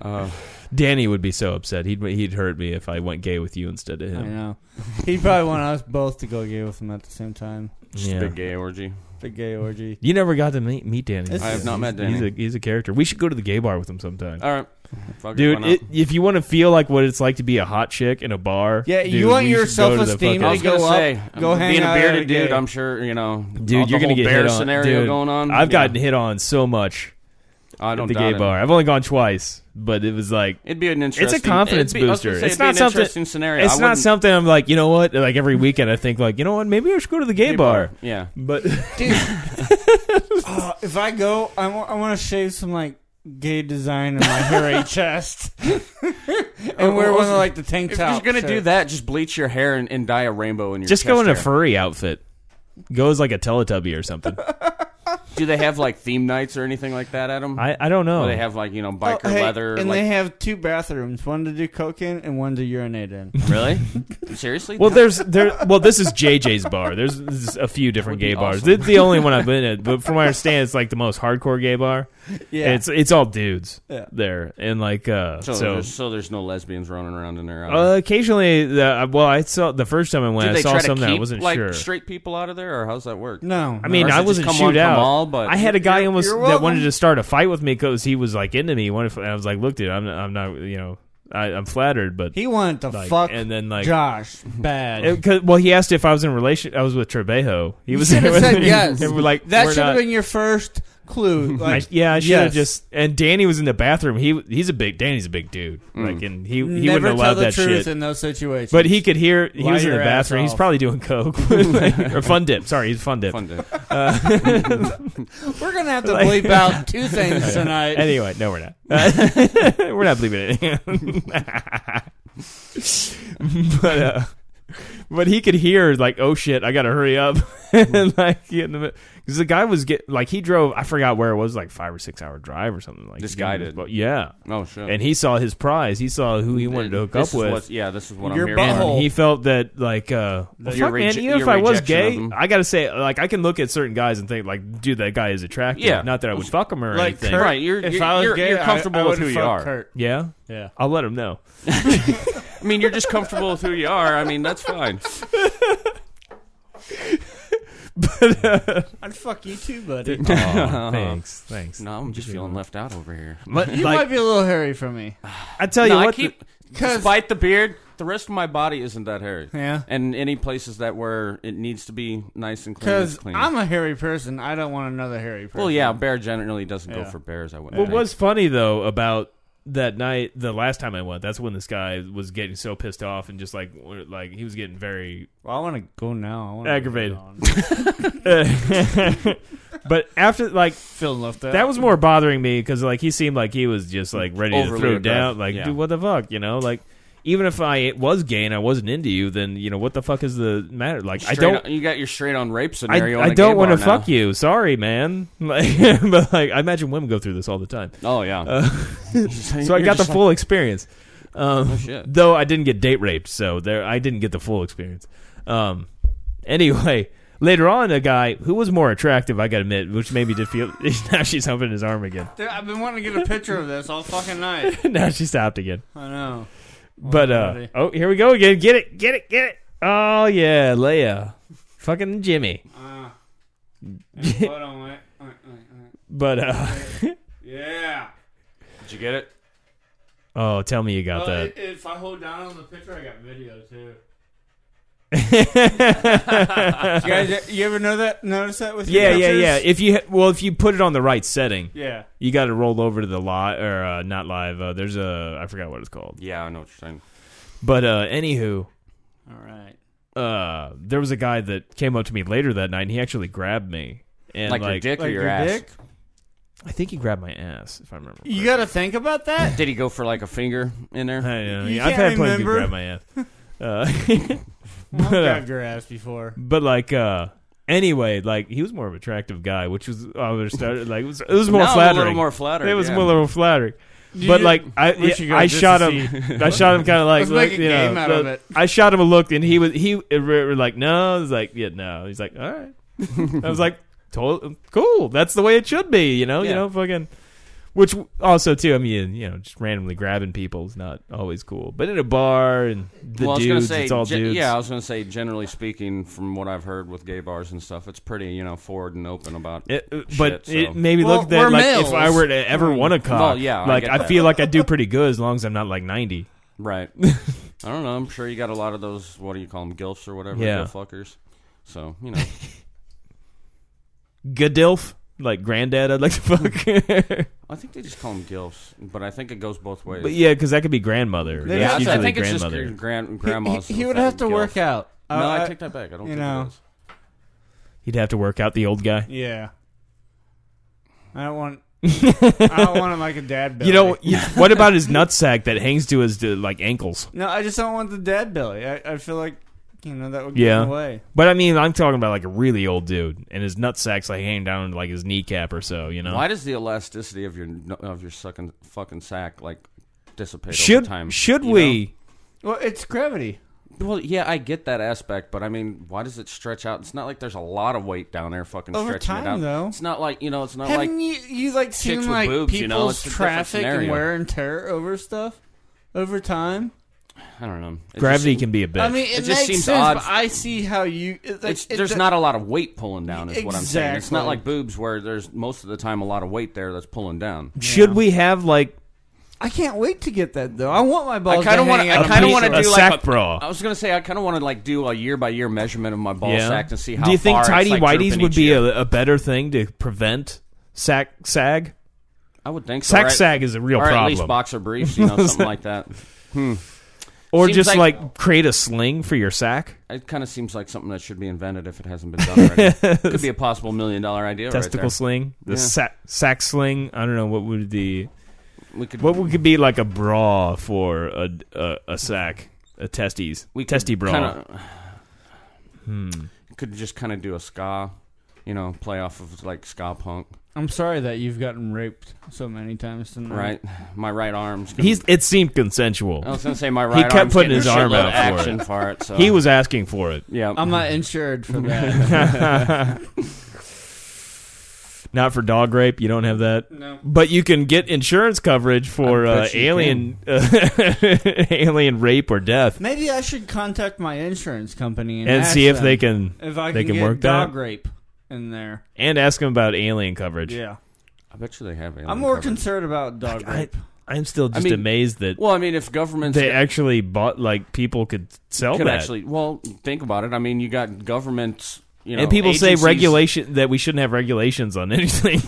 Uh, Danny would be so upset. He'd he'd hurt me if I went gay with you instead of I him. know. He'd probably want us both to go gay with him at the same time. just Yeah. a big gay orgy. The gay orgy. You never got to meet meet Danny. It's- I have not met Danny. He's a, he's a character. We should go to the gay bar with him sometime. All right, Fuck it, why Dude, not? it, if you want to feel like what it's like to be a hot chick in a bar, Yeah, dude, you want we your should go to the self-esteem I fucking- was to go gonna up, say, go hang being out a at bearded a gay- dude, I'm sure you know, all Dude, you're gonna the whole get bear hit on. scenario dude, going on. I've Yeah. gotten hit on so much I at don't the doubt gay it. bar. I've only gone twice, but it was like It'd be an interesting. confidence it'd be- I was booster. gonna Say, It's it'd be not an something- interesting scenario. I it's not wouldn't- something I'm like, you know what? Like every weekend, I think like, you know what? Maybe I should go to the gay bar. Yeah. But Dude. Oh, if I go, I want to shave some, like, gay design in my hairy chest. and wear one of, like, the tank If top. you're gonna do shirts. that, just bleach your hair and, and dye a rainbow in your. just chest go in a hair. furry outfit. Go as like a Teletubby or something. Do they have like theme nights or anything like that, Adam? I, I don't know. Where they have like you know Oh, biker hey, leather. And like, they have two bathrooms one to do coke in and one to urinate in. really? Seriously? Well, there's there. Well, this is JJ's bar. There's, there's a few different Would be gay bars. awesome. It's the only one I've been at, but from what I understand, it's like the most hardcore gay bar. Yeah. It's it's all dudes Yeah. there, and like uh, so, so. there's, so there's no lesbians running around in there. uh, occasionally, the, uh, well, I saw the first time I Do went, I they saw try to something keep I wasn't like sure. straight people out of there, or how's that work? no. I mean, Or is I it just wasn't come shoot one, come out. all, but- I had a guy You're- almost you're that welcome. wanted to start a fight with me because he was like into me. He wanted to- and I was like, "Look, dude, I'm I'm not, you know, I, I'm flattered, but he wanted to like, fuck and then like Josh bad. It- 'cause- well, he asked if I was in relation. I was with Trebejo. He was should have with said me. yes. And we're like that we're should have not- been your first clue. I- Like, yeah, I should have yes. just. And Danny was in the bathroom. He he's a big Danny's a big dude. Like, and he he never wouldn't allow tell the that truth shit. in those situations. but he could hear. He Lie was in the your ass bathroom. He's off. probably doing coke or fun dip. Sorry, he's fun dip. Fun day. we're gonna have to Like- bleep out two things tonight. Anyway, no, we're not. we're not believing it. but uh, but he could hear like, oh shit, I gotta hurry up, and like because the guy was get like he drove. I forgot where it was, like five or six hour drive or something like. This guy did. But yeah, Oh shit. and he saw his prize. He saw who he wanted to hook This up is with. what- yeah, this is what Your I'm hearing. butthole. And he felt that like uh well, Your fuck, reje- man, even if your I was rejection of gay, him. I gotta say like I can look at certain guys and think like, dude, that guy is attractive. Yeah. Not that I would fuck him or Like anything. Kurt- Right, you're if you're, I was you're, gay, you're I- comfortable I with would who you fuck are. Kurt. Yeah. Yeah. I'll let him know. I mean, you're just comfortable with who you are. I mean, that's fine. I'd fuck you too, buddy. thanks, thanks. No, I'm just feeling left out over here. But You might like, be a little hairy for me. I tell you No, I what, keep, Cause- despite the beard, the rest of my body isn't that hairy. Yeah. And any places that where it needs to be nice and clean, it's Because clean. I'm a hairy person. I don't want another hairy person. well, yeah, a bear generally doesn't go Yeah. for bears. I wouldn't. what think. was funny though about that night, the last time I went, that's when this guy was getting so pissed off and just like, w- like he was getting very. Well, I want to go now. I wanna Aggravated. go on. but after like Feeling left out. that was more bothering me because like he seemed like he was just like ready Overly to throw aggressive, down. Like, uh, yeah. dude, what the fuck, you know, like. Even if I was gay and I wasn't into you, then you know what the fuck is the matter? Like I Straight don't, on- you got your straight on rape I, scenario. I don't want to fuck you. Sorry, man. Like, but like, I imagine women go through this all the time. Oh yeah. Uh, So I got the full experience. Um, Oh, shit. Though I didn't get date raped, so there I didn't get the full experience. Um, anyway, later on, a guy who was more attractive, I gotta admit, which maybe did feel. now she's humping his arm again. Dude, I've been wanting to get a picture of this all fucking night. now she stopped again. I know. But uh, buddy. oh, here we go again. Get it, get it, get it. Oh yeah, Leia, fucking Jimmy. Uh, hold on, wait, wait, wait, wait. But uh, Yeah. Did you get it? oh, tell me you got Well, that. i- Uh, if I hold down on the picture, I got video too. you guys, you ever know that? Notice that with Yeah, yeah, yeah. If you ha- well, if you put it on the right setting, yeah. you got to roll over to the live or uh, not live. Uh, there's a I forgot what it's called, Yeah, I know what you're saying. but uh, anywho, All right. uh, uh, there was a guy that came up to me later that night, and he actually grabbed me. And Like, like, your dick or your, ass? I think he grabbed my ass, if I remember. You got to think about that. Did he go for like a finger in there? I know, You I've can't had plenty of people remember. grab my ass. Uh, I've uh, grabbed your ass before. but like, uh, anyway, like he was more of an attractive guy, which was I was started like it was, it was more Now I'm flattering. a little more flattering. it was yeah. a little more flattering. Do but you- like I, we should go I just shot to him. I shot him kind of like Let's make like, a you know, game out of the- it. I shot him a look, and he was he it re- re- like no. He's like yeah no. He's like all right. I was like "Tol- cool. That's the way it should be. You know. You Yeah. know fucking. Which also too, I mean, you know, just randomly grabbing people is not always cool. But in a bar and the well, I was dudes, gonna say, it's all ge- dudes. Yeah, I was gonna say, generally speaking, from what I've heard with gay bars and stuff, it's pretty, you know, forward and open about. It- uh, shit, but so. Mm. it made me Well, look at that we're like males. if I were to ever want a cock, Well, yeah, I like get I, that. feel like I do pretty good as long as I'm not like 90. right. I don't know. I'm sure you got a lot of those. What do you call them? Gilfs or whatever. Yeah. Yeah. Fuckers. So you know, Gadilf, like granddad, I'd like to fuck. I think they just call them gilfs, but I think it goes both ways. But yeah, because that could be grandmother. They That's I, usually think it's just grandmother. grand, He- grandma's. he, he would have to work out. No, Uh, I take that back. I don't you think know. it is. He'd have to work out the old guy. Yeah. I don't want. I don't want him like a dad belly. You know, you, what about his nutsack that hangs to his uh, like ankles? No, I just don't want the dad belly. I, I feel like you know that would get Yeah. in the way. But I mean, I'm talking about like a really old dude, and his nutsack's like hanging down to like his kneecap or so. You know, Why does the elasticity of your of your sucking fucking sack like dissipate should over time? should you we? Well, it's gravity. know? Well, yeah, I get that aspect, but I mean, why does it stretch out? It's not like there's a lot of weight down there fucking Over stretching it time, out. though. It's not like you know, it's not Haven't like you you like seen with like boobs, people's you know? It's a different traffic and scenario. wear and tear over stuff over time? I don't know. It Gravity just- can be a bitch. I mean, it, It just makes seems sense, odd. but I see how you. It, like, It's, it there's do- not a lot of weight pulling down, is what I'm saying. It's not Exactly. like boobs where there's most of the time a lot of weight there that's pulling down. should we have like I can't wait to get that though. I want my balls. kinda kind of wanna- want. a I kinda piece- wanna a do like sack a- bra? I was gonna say I kind of want to like do a year by year measurement of my ball sack to see how. Do you think far it's, tidy like, whities drooping would each be year. a, a better thing to prevent sack sag? I would think so, Sack right? sag is a real or problem. at least boxer briefs, you know, something like that. or Seems just like- like, create a sling for your sack. It kind of seems like something that should be invented if it hasn't been done already. Could be a possible million dollar idea. Testicle right sling, the Yeah. sack, sack sling. I don't know what would the there. We could what would could be like a bra for a a, a sack, a testes, we could testy bra. Hmm. kinda- Could just kind of do a ska, you know, play off of like ska punk, I'm sorry that you've gotten raped so many times tonight. right? My right arm's. Gonna, Hmm. He's it seemed consensual. I was gonna say my right. kept arm's putting getting his a arm shitload out of for action for it. so- He was asking for it, Yeah. I'm not insured for that. not for dog rape. You don't have that. no. But you can get insurance coverage for I uh, bet you alien uh, alien rape or death, Maybe I should contact my insurance company and, and ask see if them they can if I they can, can get work that. dog rape in there. and ask him about alien coverage. Yeah, I bet you they have. alien I'm more coverage. concerned about dog I- rape. I'm still just mean, amazed that Well, I mean, if governments they actually bought like people could sell could that. actually, well, think about it. I mean, you got governments. You know, and people agencies- say regulation that we shouldn't have regulations on anything.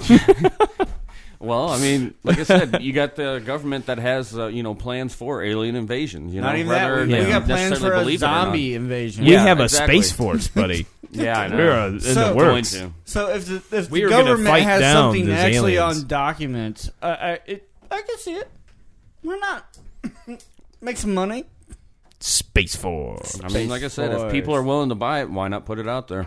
Well, I mean, like I said, you got the government that has uh, you know plans for alien invasion. You Not know, even whether that. We, they we got plans necessarily for a believe it or not. zombie invasion. we Yeah, have exactly. a space force, buddy. Yeah, I know. We're uh, in So- the Going works. to. So if the if We the are gonna government fight has down something these actually aliens. on documents, Uh, I I, it, I can see it. We're not make some money. Space force. I mean, like I said, if people are willing to buy it, why not put it out there?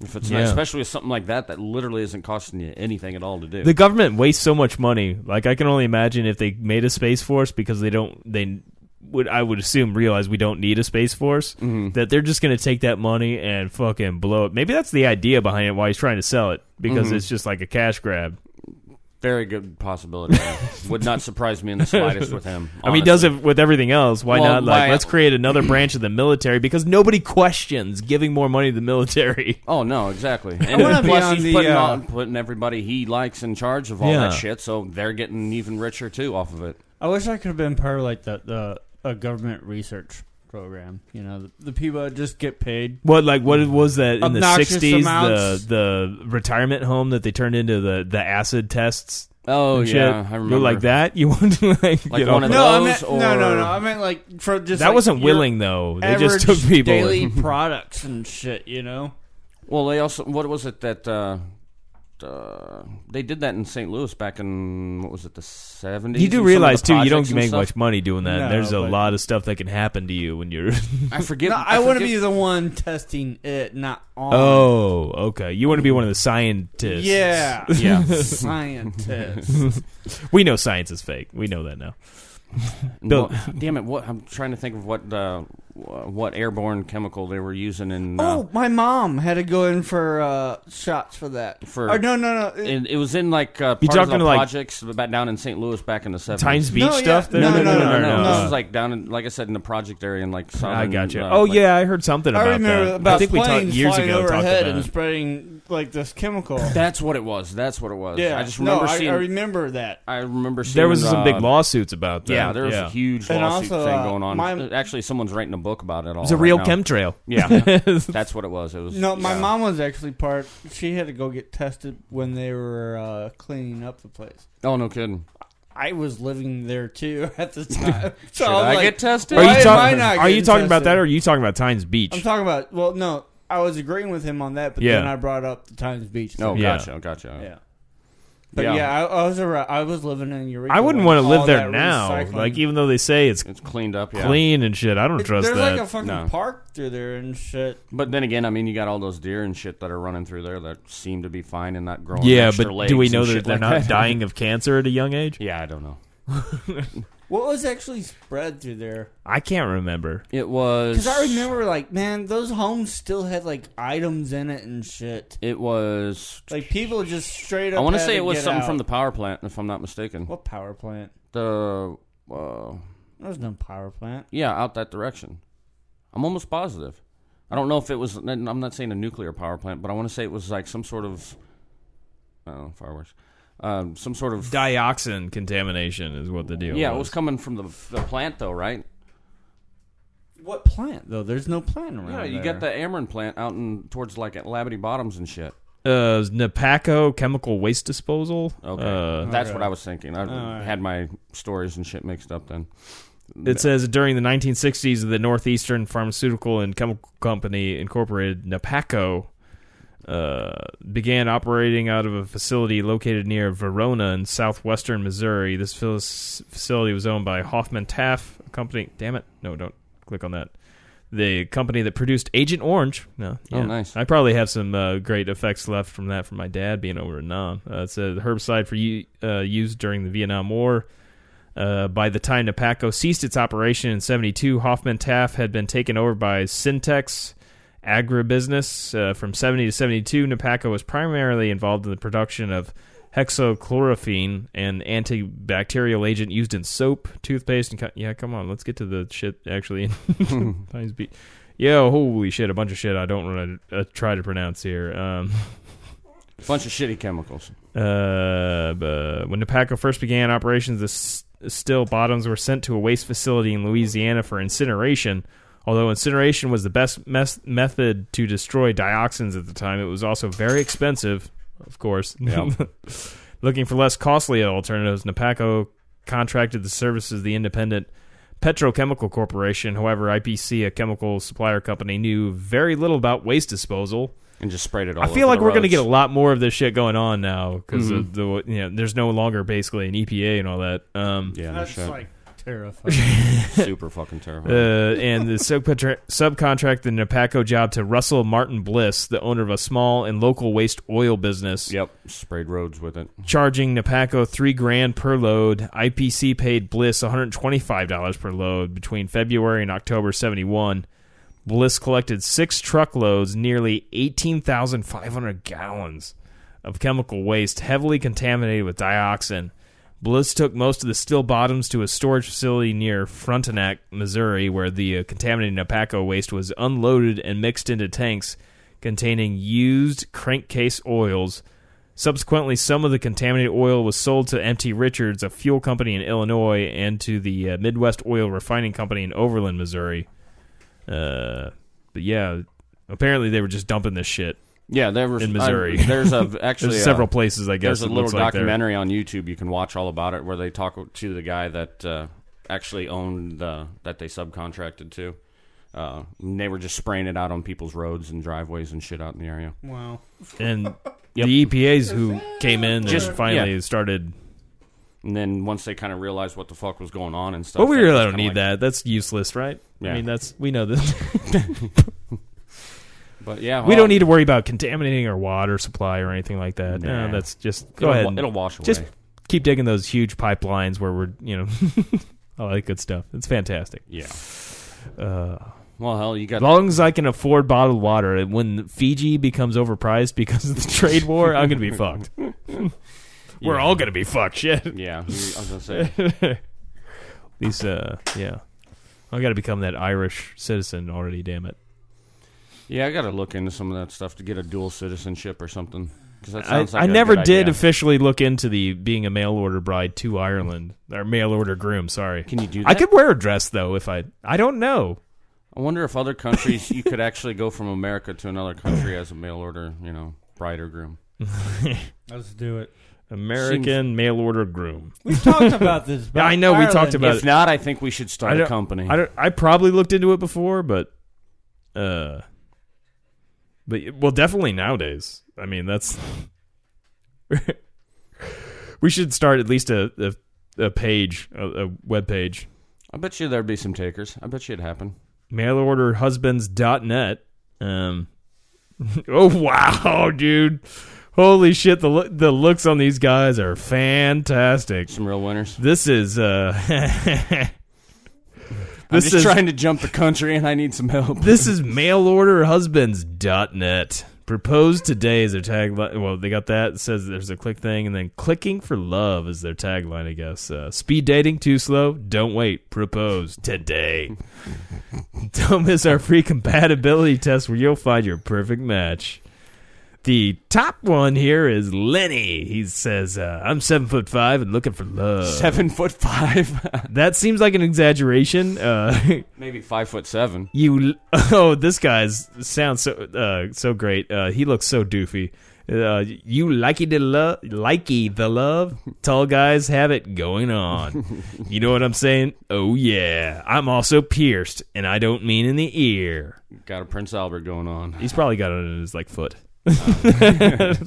If it's not, Yeah. especially with something like that that literally isn't costing you anything at all to do. The government wastes so much money. Like I can only imagine if they made a space force because they don't they would I would assume realize we don't need a space force Mm-hmm. that they're just going to take that money and fucking blow it. Maybe that's the idea behind it why he's trying to sell it because Mm-hmm. it's just like a cash grab. Very good possibility. yeah. Would not surprise me in the slightest with him. I mean, he honestly. does it with everything else. Why Well, not? Like, why- let's create another branch of the military because nobody questions giving more money to the military. Oh no, exactly. I wanna And be plus, on he's the, putting, uh, all- putting everybody he likes in charge of all Yeah. that shit, so they're getting even richer too off of it. I wish I could have been part of like the the a government research program. You know, the, the people that just get paid. What like what was that in Obnoxious the '60s? amounts. The the retirement home that they turned into the the acid tests Oh and shit. yeah, I remember. You're like that. You want to like, Like get one off of the- No, I Those meant, no, no, or- no. I meant like for just That like, wasn't your willing though. They just average took people. daily products and shit. You know, Well, they also what was it that uh, uh, they did that in St. Louis back in what was it the seventies? You do realize too, you don't make much money doing that. No, There's a but- lot of stuff that can happen to you when you're. I forget. no, I, want to forget- be the one testing it, not on. oh, okay. You want to be one of the scientists? yeah, Yeah. scientist. We know science is fake. We know that now. Well, damn it! What I'm trying to think of what uh, what airborne chemical they were using in. Uh, oh, my mom had to go in for uh, shots for that. For- or no, no, no. It, it was in like uh, You part of the talking like- projects about down in St. Louis back in the seventies. Times Beach No, yeah. stuff. No, there? no, no, no, no. This is like down in, like I said, in the project area in like. Southern, I got you. uh, oh like- yeah, I heard something about I remember that. about I think we talked planes years flying ago. Talked overhead about and it. spreading like this chemical. that's what it was. That's what it was. yeah, I just remember no, I- seeing. I, remember that. I remember seeing There was some big uh, lawsuits about that. Yeah, there was a huge And lawsuit also, thing uh, going on. my- Actually, someone's writing a book about it. All It was a right real now. chemtrail. Yeah, that's what it was. It was No, my yeah. mom was actually part. She had to go get tested when they were uh, cleaning up the place. Oh no, kidding. I was living there too at the time. so Should I, was I like, get tested? Are Why you am talking? I not Are you getting talking about that, tested? or are you talking about Times Beach? I'm talking about. Well, no, I was agreeing with him on that, but Yeah. then I brought up the Times Beach. oh, Thing. Yeah. gotcha, gotcha. yeah. But Yeah. yeah, I, I was around, I was living in Eureka. I wouldn't when want to live all there that now. recycling- Like even though they say it's It's cleaned up. Yeah. clean and shit, I don't It- trust there's that. like a fucking No. park through there and shit. But then again, I mean, you got all those deer and shit that are running through there that seem to be fine and not growing. yeah, extra but legs do we and know shit that they're like not that? dying of cancer at a young age? Yeah, I don't know. What was actually spread through there? I can't remember. It was Because I remember, like, man, those homes still had like items in it and shit. It was. Like people just straight up. I want to had say it was get something out. from the power plant, if I'm not mistaken. what power plant? The uh, There was no power plant. yeah, out that direction. I'm almost positive. I don't know if it was. I'm not saying a nuclear power plant, but I want to say it was like some sort of. I don't know, fireworks. Um, some sort of Dioxin contamination is what the deal. Yeah, it was coming from the the plant though, right? What plant though? There's no plant around. Yeah, you there. got the Ameren plant out in towards like at Labadee Bottoms and shit. uh, Napaco Chemical Waste Disposal. Okay, Uh, that's what I was thinking. I Alright. had my stories and shit mixed up then. It says during the 1960s, the Northeastern Pharmaceutical and Chemical Company Incorporated, Napaco, uh, began operating out of a facility located near Verona in southwestern Missouri. This fil- facility was owned by Hoffman Taff, a company. Damn it. No, don't click on that. The company that produced Agent Orange. No, Oh, yeah. nice. I probably have some uh, great effects left from that from my dad being over in Nam. Uh, it's a herbicide for u- uh, used during the Vietnam War. Uh, by the time Napaco ceased its operation in 72, Hoffman Taff had been taken over by Syntex Agribusiness. Uh, from 70 to 72, Napaco was primarily involved in the production of hexochlorophene, an antibacterial agent used in soap, toothpaste, and... Co- yeah, come on, let's get to the shit, actually. Times beat. Yo, holy shit, a bunch of shit I don't want to uh, try to pronounce here. Um... Bunch of shitty chemicals. Uh, but when Napaco first began operations, the s- still bottoms were sent to a waste facility in Louisiana for incineration. Although incineration was the best mes- method to destroy dioxins at the time, it was also very expensive, of course. Yep. Looking for less costly alternatives, Napaco contracted the services of the independent Petrochemical Corporation. However, IPC, a chemical supplier company, knew very little about waste disposal. And just sprayed it all I feel over like the we're going to roads. get a lot more of this shit going on now because the you know there's no longer basically an EPA and all that. Um, Yeah, no That's shit. like terrifying. super fucking terrible. uh, and the subcontra- subcontract the Napaco job to Russell Martin Bliss, the owner of a small and local waste oil business, yep, sprayed roads with it. charging Napaco three grand per load. IPC paid Bliss 125 dollars per load between February and October 71. Bliss collected six truckloads, nearly 18,500 gallons of chemical waste heavily contaminated with dioxin. Bliss took most of the still bottoms to a storage facility near Frontenac, Missouri, where the uh, contaminated Napaco waste was unloaded and mixed into tanks containing used crankcase oils. Subsequently, some of the contaminated oil was sold to MT Richards, a fuel company in Illinois, and to the uh, Midwest Oil Refining Company in Overland, Missouri. Uh, but yeah, apparently they were just dumping this shit Yeah, there was In Missouri. I- there's a actually There's a- several places, I guess. There's a it little looks like they're- documentary on YouTube you can watch all about it where they talk to the guy that uh, actually owned uh, that they subcontracted to. Uh, and they were just spraying it out on people's roads and driveways and shit out in the area. Wow. and the EPAs who came in Just- and finally yeah. started. And then once they kind of realized what the fuck was going on and stuff, But we they really just don't kinda need that. like- That's useless, right? Yeah. I mean, that's we know this. But yeah, we well, don't need to worry about contaminating our water supply or anything like that. No, Nah. that's just go It'll, ahead. wa- and it'll wash away. just keep digging those huge pipelines where we're you know all that good stuff. It's fantastic. yeah. Uh, Well, hell, you got as long as I can afford bottled water, and when Fiji becomes overpriced because of the trade war, I'm gonna be fucked. We're Yeah. all gonna be fucked. Shit. Yeah, you- I was gonna say. These, uh, yeah. I got to become that Irish citizen already. Damn it! Yeah, I got to look into some of that stuff to get a dual citizenship or something. Because that I, sounds like I a never good did idea. officially look into the being a mail order bride to Ireland or mail order groom. Sorry, Can you do that? I could wear a dress though if I. I don't know. I wonder if other countries you could actually go from America to another country as a mail order, you know, bride or groom. Let's do it. American mail order groom. We talked about this. Yeah, I know we talked about If not, I think we should start I a don't- company. I don't, I probably looked into it before, but, uh, but well, definitely nowadays. I mean, that's we should start at least a a, a page, a, a web page, I bet you there'd be some takers. I bet you it'd happen. mailorderhusbands.net. Um, oh wow, dude! Holy shit! The loo- the looks on these guys are fantastic. Some real winners. This is uh, I'm this just is trying to jump the country, and I need some help. This is mailorderhusbands.net. Proposed today is their tagline. Well, they got that. It says there's a click thing, and then clicking for love is their tagline, I guess. Uh, speed dating too slow? Don't wait. Propose today. Don't miss our free compatibility test where you'll find your perfect match. The top one here is Lenny. He says, uh, "I'm seven foot five and looking for love." Seven foot five, That seems like an exaggeration. Uh, maybe five foot seven. you oh, this guy's sounds so uh, so great. Uh, he looks so doofy. Uh, you likey the love, likey the love. Tall guys have it going on. you know what I'm saying? Oh yeah. I'm also pierced, and I don't mean in the ear. Got a Prince Albert going on. He's probably got it in his like foot. oh,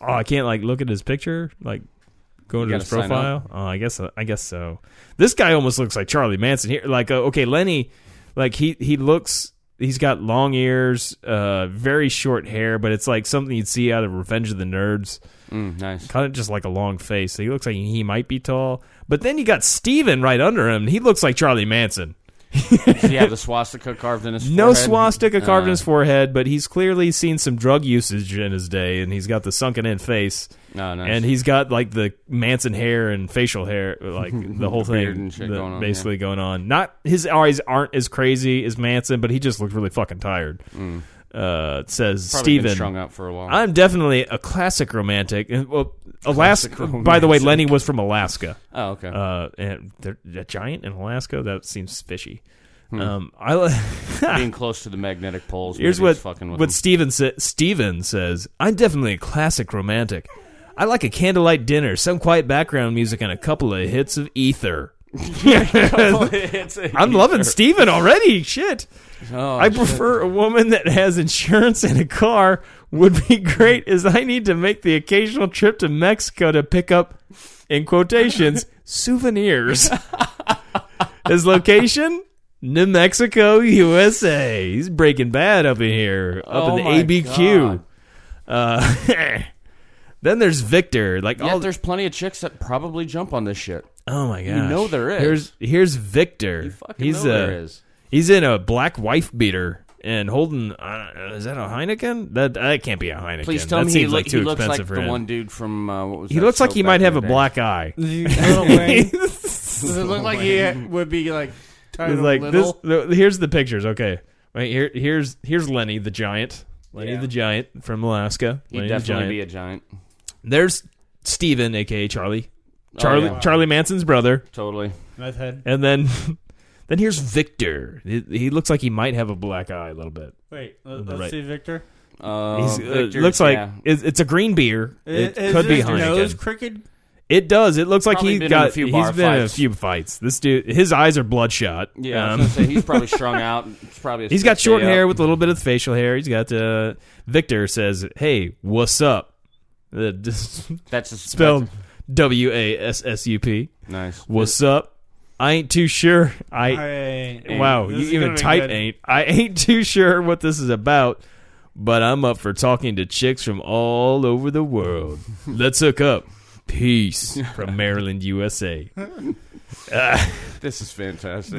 I can't like look at his picture. Like go into gotta his sign profile. Oh, I guess I guess so. This guy almost looks like Charlie Manson here. Like uh, okay, Lenny, like he he looks. He's got long ears, uh, very short hair, but it's like something you'd see out of Revenge of the Nerds. Mm, nice. Kind of just like a long face. So he looks like he might be tall. But then you got Steven right under him. and He looks like Charlie Manson. Does he have the swastika carved in his No forehead? swastika carved in Uh, his forehead, but he's clearly seen some drug usage in his day, and he's got the sunken in face, No, nice. and he's got like the Manson hair and facial hair, like the whole Beard thing, and shit the- going on, basically going on. Not his eyes aren't as crazy as Manson, but he just looked really fucking tired. Uh, it says Mm. Probably been Steven. strung out for a while. I'm definitely a classic romantic. And, well, Alaska. Classic By the way, romantic. Lenny was from Alaska oh, okay. uh, and they're a giant in Alaska. That seems fishy. Hmm. Um, I li- Being close to the magnetic poles. here's maybe what it's fucking with what him. Steven, sa- Steven says. I'm definitely a classic romantic. I like a candlelight dinner, some quiet background music, and a couple of hits of ether. I'm loving Steven already. Shit. Oh, I prefer a woman that has insurance and a car would be great as I need to make the occasional trip to Mexico to pick up in quotations souvenirs. His location? New Mexico, USA. He's breaking bad up in here, up Oh my in the ABQ. Uh, then there's Victor. Like Yeah, all there's plenty of chicks that probably jump on this shit. Oh my god. know there is. Here's here's Victor. You fucking he's know uh, there is. He's in a black wife beater and holding. Uh, is that a Heineken? That that can't be a Heineken. Please tell that me he, seems look, like too he looks expensive like for the him. one dude from uh, what was he that looks like show he back might in have the a day? black eye. Does it look like he would be like tired He's of like this. little? th- Here's the pictures. Okay, right here. Here's here's Lenny the giant. Lenny Yeah. the giant from Alaska. He'd Lenny the definitely giant. be a giant. There's Steven, aka Charlie. Oh, Charlie yeah, Charlie Manson's brother. totally. Nice head. And then then here's Victor. He, he looks like he might have a black eye a little bit. Wait, On let, the us right. see Victor. Uh, He's, uh, Victor's, looks like yeah. it's, it's a green beer. It, Is could be this nose Heineken. crooked? It does. It looks like Probably he's been in got. a few he's bar been in a fights. few fights. This dude, his eyes are bloodshot. Yeah, I Um, was gonna say he's probably strung out. It's probably a he's got stiff short day hair up. with a little bit of facial hair. He's got. Uh, Victor says, "Hey, what's up?" Uh, just That's just spelled W A S S U P. nice. What's up? I ain't too sure. I Wow, This you is even gonna be type good. ain't. I ain't too sure what this is about, but I'm up for talking to chicks from all over the world. Let's hook up. Peace from Maryland, USA. This is fantastic.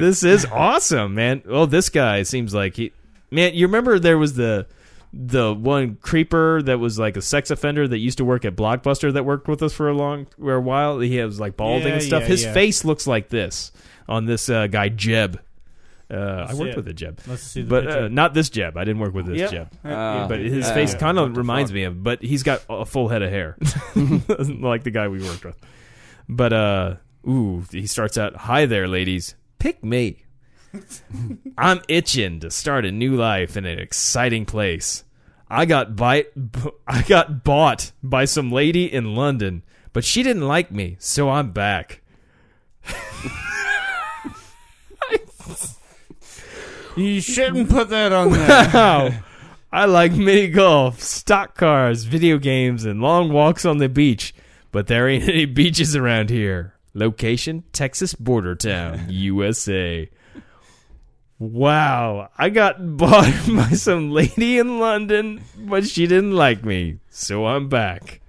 This is awesome, man. Well, this guy seems like he. Man, you remember there was the the one creeper that was like a sex offender that used to work at Blockbuster that worked with us for a long for a while. He was like balding Yeah, and stuff. yeah, His yeah. face looks like this on this uh, guy Jeb. Uh, I see worked it. with a Jeb Let's see the but picture. uh, not this Jeb. I didn't work with this Yep. Jeb. Uh, But his yeah. face Yeah. kind What of the reminds fuck? me of. But he's got a full head of hair, like the guy we worked with. But uh, ooh, he starts out, "Hi there, ladies. Pick me. I'm itching to start a new life in an exciting place. I got bite. b- I got bought by some lady in London, but she didn't like me, so I'm back." You shouldn't uh, put that on there. Wow. I like mini golf, stock cars, video games, and long walks on the beach, but there ain't any beaches around here. Location Texas border town, USA. Wow, I got bought by some lady in London, but she didn't like me, so I'm back.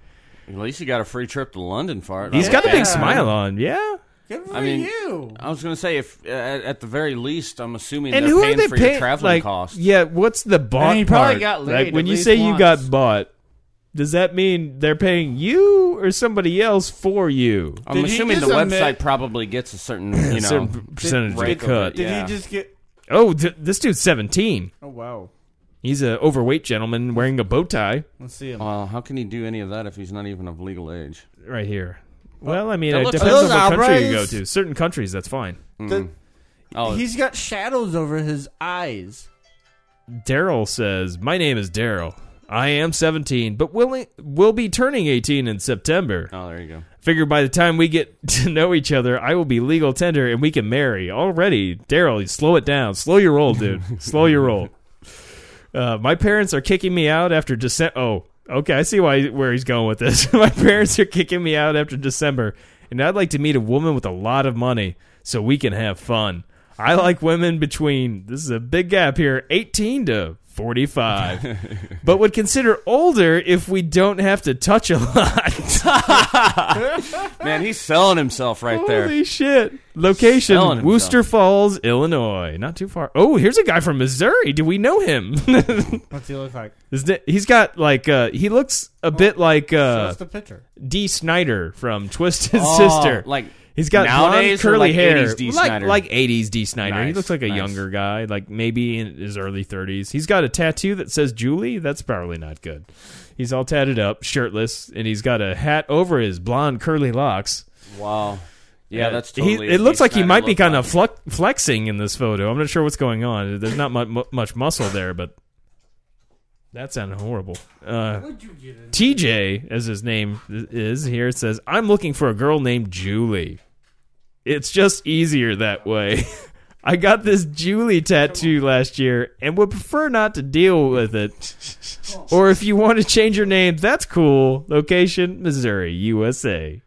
At least he got a free trip to London for it. He's got a Yeah. big smile on, yeah. Good for I mean, you. I was gonna say if uh, at, at the very least, I'm assuming And they're who paying are they for paying? your traveling like, costs. yeah, what's the bought And he probably part? got laid like when at you least say you got once. bought, does that mean they're paying you or somebody else for you? I'm Did he assuming the just admit- website probably gets a certain you know. certain p- percentage of the rate of cut. it, Did yeah. he just get? Oh, th- this dude's 17. Oh wow. He's a overweight gentleman wearing a bow tie Let's see him. Well, how can he do any of that if he's not even of legal age? right here. Well, I mean, That it looks- depends Those on what country you go eyebrows? to. Certain countries, that's fine. The- Oh, He's got shadows over his eyes. Daryl says, "My name is Daryl. I am 17, but will will be turning 18 in September. oh, there you go. Figure by the time we get to know each other, I will be legal tender and we can marry. Already, Daryl, you slow it down. Slow your roll, dude. slow your roll. Uh, my parents are kicking me out after December. Oh, okay, I see why where he's going with this. my parents are kicking me out after December, and I'd like to meet a woman with a lot of money so we can have fun. I like women between this is a big gap here, 18 to 45, but would consider older if we don't have to touch a lot. Man, he's selling himself right there. Holy shit. Location Selling himself. Wooster Falls, Illinois. Not too far. Oh, here's a guy from Missouri. Do we know him? What's he look like? His na- he's got like uh he looks a bit like Show uh us the picture. D Snyder from Twisted Oh, Sister. Like He's got nowadays blonde, or curly like hair, 80s D. Like- Snyder? like eighties D Snyder. he Nice, looks like a nice. younger guy, like maybe in his early thirties. He's got a tattoo that says Julie. That's probably not good. He's all tatted up, shirtless, and he's got a hat over his blonde curly locks. wow. Yeah, that's He- totally. it looks like he might be kind of. of flex, flexing in this photo. I'm not sure what's going on. There's not mu- much muscle there, but that sounded horrible. Uh, TJ, as his name is here, says, "I'm looking for a girl named Julie. It's just easier that way." I got this Julie tattoo last year and would prefer not to deal with it. Or if you want to change your name, that's cool. Location, Missouri, USA.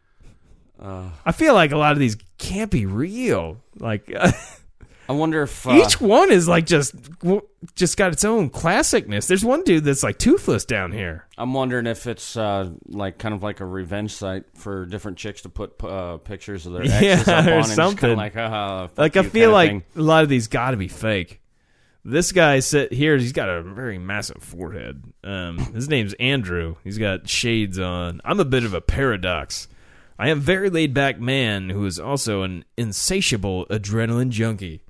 I feel like a lot of these can't be real. Like I wonder if uh, each one is like just w- just got its own classicness. There's one dude that's like toothless down here. I'm wondering if it's uh, like kind of like a revenge site for different chicks to put uh, pictures of their exes Yeah, up on or and just kinda something. like, uh, fuck Like you I feel kinda like thing. a lot of these got to be fake. This guy sit here. He's got a very massive forehead. Um, his name's Andrew. He's got shades on. I'm a bit of a paradox. I am a very laid back man who is also an insatiable adrenaline junkie.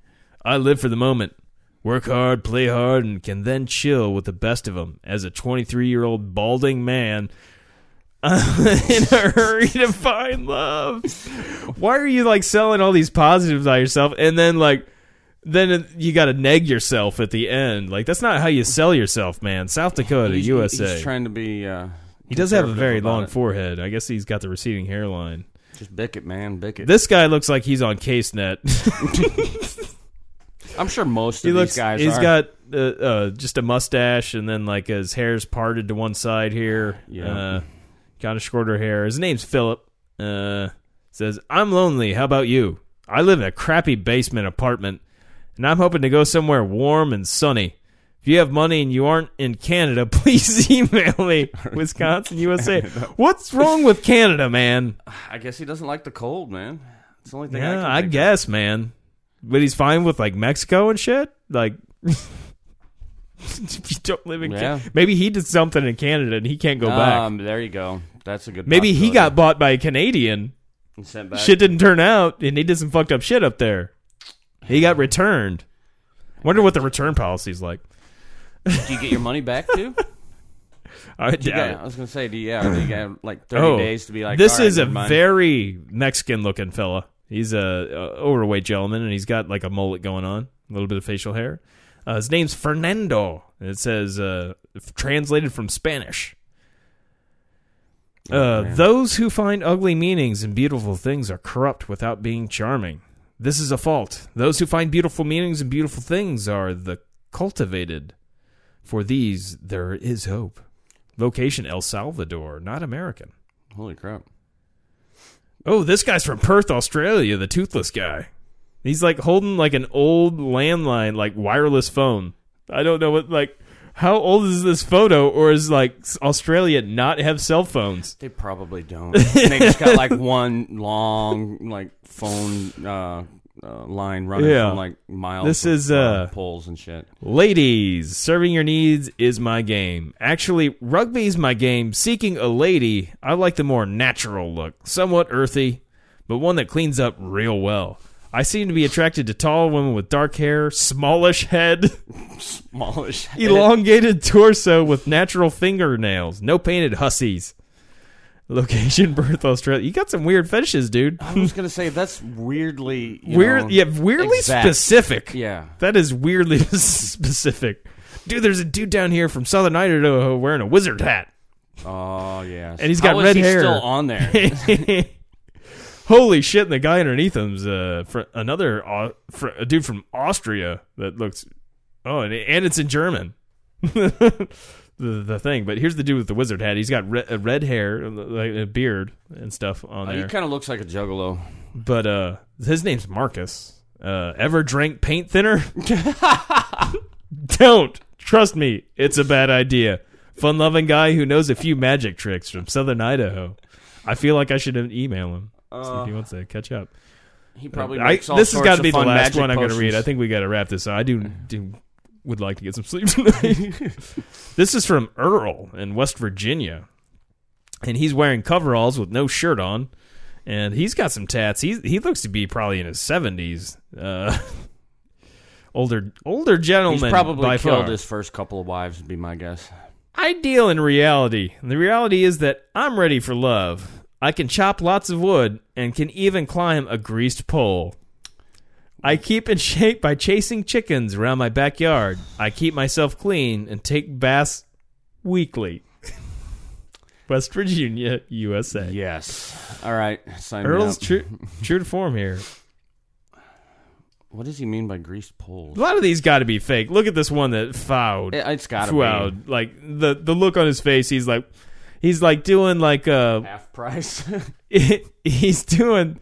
I live for the moment, work hard, play hard, and can then chill with the best of them. As a 23 year old balding man, I'm in a hurry to find love. Why are you like selling all these positives on yourself and then like then you got to neg yourself at the end. Like that's not how you sell yourself, man. South Dakota, He's- USA. He's trying to be. Uh, he does have a conservative very about long it. forehead. I guess he's got the receding hairline. Just bick it, man, bick it. This guy looks like he's on CaseNet. I'm sure most of he these looks. guys He's are. got uh, uh, just a mustache, and then like his hair's parted to one side here. Yeah. Uh, kind of shorter hair. His name's Philip. Uh, says, "I'm lonely. How about you? I live in a crappy basement apartment, and I'm hoping to go somewhere warm and sunny." If you have money and you aren't in Canada, please email me. Wisconsin, USA. What's wrong with Canada, man? I guess he doesn't like the cold, man. It's the only thing. I, Yeah, can I, think of. guess, man. But he's fine with like Mexico and shit. Like, if you don't live in Yeah. Canada, maybe he did something in Canada and he can't go back. Um, there you go. That's a good. Maybe he got possibility. bought by a Canadian. And sent back. Shit didn't turn out, and he did some fucked up shit up there. He got returned. Wonder what the return policy's like. Do you get your money back too? I doubt yeah. it. I was gonna say, do you, yeah, do you have like 30 days to be like? Oh, this "All right, is a never mind." very Mexican looking fella. He's a, a overweight gentleman, and he's got like a mullet going on, a little bit of facial hair. Uh, his name's Fernando, and it says uh, f- translated from Spanish. Uh, Oh, man. those who find ugly meanings in beautiful things are corrupt without being charming. This is a fault. Those who find beautiful meanings in beautiful things are the cultivated. For these, there is hope. Location El Salvador, not American. Holy crap! Oh, this guy's from Perth, Australia, the toothless guy. He's like holding like an old landline, like wireless phone. I don't know what like how old is this photo, or is like Australia not have cell phones? They probably don't. And they just got like one long like phone uh, uh, line running Yeah. from like miles. This of, is, uh, poles and shit. Ladies, serving your needs is my game. Actually, rugby's my game. Seeking a lady, I like the more natural look, somewhat earthy, but one that cleans up real well. I seem to be attracted to tall women with dark hair, smallish head. Smallish. elongated torso with natural fingernails, no painted hussies. Location, birth, Australia. You got some weird fetishes, dude. I was gonna say that's weirdly you know, Weird, yeah, weirdly exact. specific. Yeah. that is weirdly specific. Dude, there's a dude down here from Southern Idaho wearing a wizard hat. Oh yes. And he's How got is red he hair. Still on there. Holy shit! And the guy underneath him's uh, fr- another Au- fr- a dude from Austria that looks. Oh, and, and it's in German. the, the thing, but here's the dude with the wizard hat. He's got re- uh, red hair, like a beard and stuff on Oh, there. he kind of looks like a juggalo. but uh, his name's Marcus. Uh, ever drank paint thinner? Don't trust me. It's a bad idea. Fun-loving guy who knows a few magic tricks from Southern Idaho. I feel like I should email him. See if he wants to catch up. He probably I, makes all this has got to be the last one I'm going going to to read. I think we got to wrap this. up. I do do would like to get some sleep tonight. this is from Earl in West Virginia, and he's wearing coveralls with no shirt on, and he's got some tats. He he looks to be probably in his seventies. Uh, older older gentleman. He's probably by killed far. his first couple of wives, would be my guess. I deal in reality. And the reality is that I'm ready for love. I can chop lots of wood and can even climb a greased pole. I keep in shape by chasing chickens around my backyard. I keep myself clean and take baths weekly. West Virginia, USA. Yes. All right. Sign me Earl's up. true, true to form here. What does he mean by greased poles? A lot of these got to be fake. Look at this one that fouled. It, has got to be Fouled. Like the the look on his face. He's like, he's like doing like uh half price. he's doing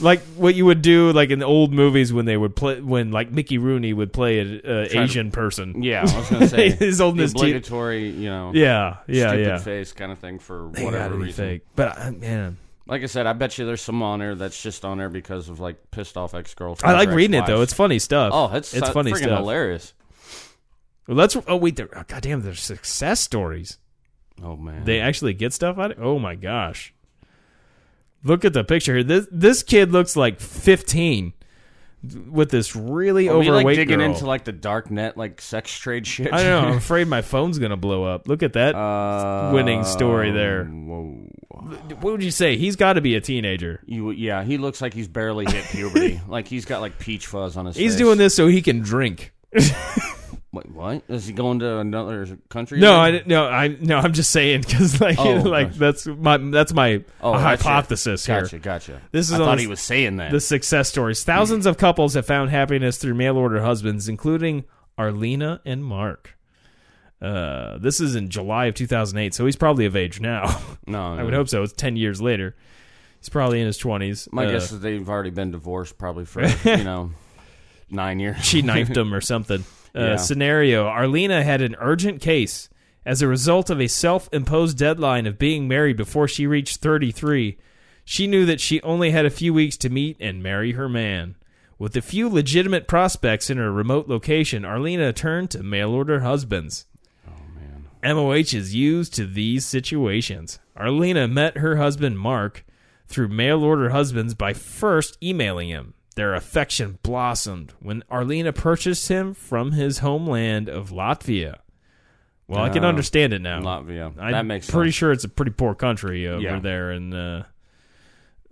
like what you would do like in the old movies when they would play when like Mickey Rooney would play an uh, to- Asian person. yeah, I was gonna say His oldness the to- obligatory, you know, yeah, yeah, stupid yeah. face kind of thing for They whatever gotta be reason. fake. But uh, man, Like I said, I bet you there's some on there that's just on there because of like pissed off ex girlfriend. I like reading it though. It's funny stuff. oh, that's it's so- funny freaking stuff. hilarious. Well, Let's. Oh wait, there. Oh, goddamn, there's success stories. Oh man, They actually get stuff out. Of, oh my gosh. Look at the picture here. This this kid looks like 15 with this really Are we, overweight Oh, like digging girl. into like the dark net like sex trade shit. I don't know. I'm afraid my phone's gonna blow up. Look at that Uh, winning story there. Whoa. what would you say? He's got to be a teenager. You, yeah, he looks like he's barely hit puberty. like he's got like peach fuzz on his. He's face. doing this so he can drink. Wait, what? Is he going to another country? No, then? I didn't- no, I no, I'm just saying because like Oh, like gotcha. that's my that's my Oh, gotcha. hypothesis here. Gotcha, gotcha. This is I on thought the- he was saying that. The success stories. Thousands of couples have found happiness through mail order husbands, including Arlena and Mark. Uh, this is in July of 2008, so he's probably of age now. no, I would no. hope so. It's 10 years later. He's probably in his 20s. My Uh, guess is they've already been divorced probably for you know nine years. she knifed him or something. Uh, Yeah. Scenario Arlena had an urgent case as a result of a self imposed deadline of being married before she reached 33. She knew that she only had a few weeks to meet and marry her man. With a few legitimate prospects in her remote location, Arlena turned to mail order husbands. MOH is used to these situations. Arlena met her husband Mark through mail order husbands by first emailing him. Their affection blossomed when Arlena purchased him from his homeland of Latvia. Well, I can Ah, understand it now. Latvia. I'm that makes pretty sense. sure it's a pretty poor country over Yeah. there in uh,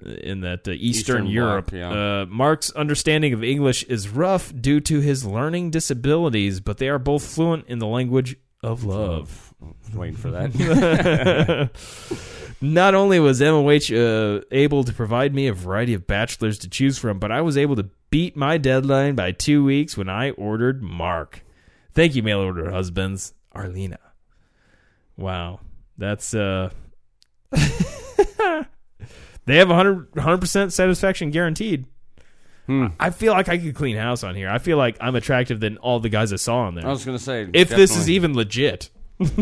in that uh, Eastern, Eastern bloc, Europe. yeah. uh, Mark's understanding of English is rough due to his learning disabilities, but they are both fluent in the language of love. Waiting for that. Not only was MOH uh, able to provide me a variety of bachelors to choose from, but I was able to beat my deadline by two weeks when I ordered Mark. Thank you, mail order husbands. Arlena. Wow. That's, uh. they have 100, 100% satisfaction guaranteed. Hmm. I feel like I could clean house on here. I feel like I'm attractive than all the guys I saw on there I was gonna say if this is definitely- even legit.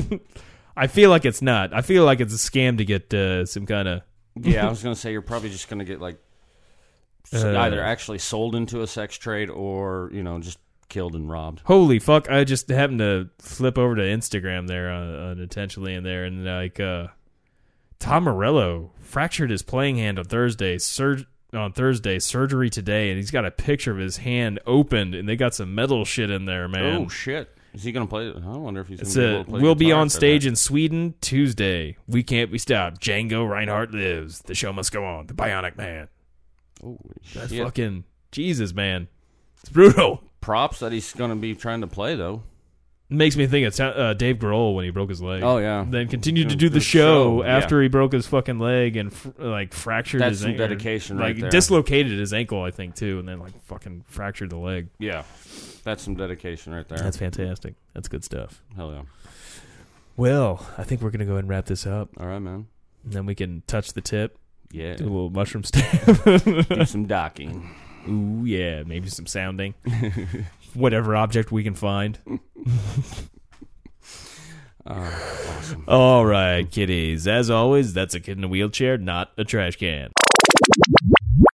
I feel like it's not. I feel like it's a scam to get uh, some kind of. yeah, I was gonna say you're probably just gonna get like s- Uh, either actually sold into a sex trade or you know just killed and robbed. Holy fuck! I just happened to flip over to Instagram there uh, unintentionally in there, and like uh, Tom Morello fractured his playing hand on Thursday. Sur- on Thursday, surgery today, and he's got a picture of his hand opened, and they got some metal shit in there, man. Oh shit! Is he gonna play? I wonder if he's It's gonna be a, able to play we'll be guitar on for stage that. in Sweden Tuesday. We can't be stopped. Django Reinhardt lives. The show must go on. The Bionic Man. Holy That's shit. fucking Jesus, man. It's brutal. props that he's gonna be trying to play though. makes me think it's uh, Dave Grohl when he broke his leg. Oh, yeah. Then continued to Yeah, do the, the show, show, yeah. after he broke his fucking leg and fr- like fractured That's his some ankle. dedication Like right there. dislocated his ankle, I think too, and then like fucking fractured the leg. Yeah, that's some dedication right there. That's fantastic. That's good stuff. Hell yeah! Well, I think we're gonna go ahead and wrap this up, All right, man. and then we can touch the tip, Yeah, do a little mushroom stab. do some docking. Ooh yeah, maybe some sounding, whatever object we can find. Uh, awesome. All right, kiddies. As always, that's a kid in a wheelchair, not a trash can.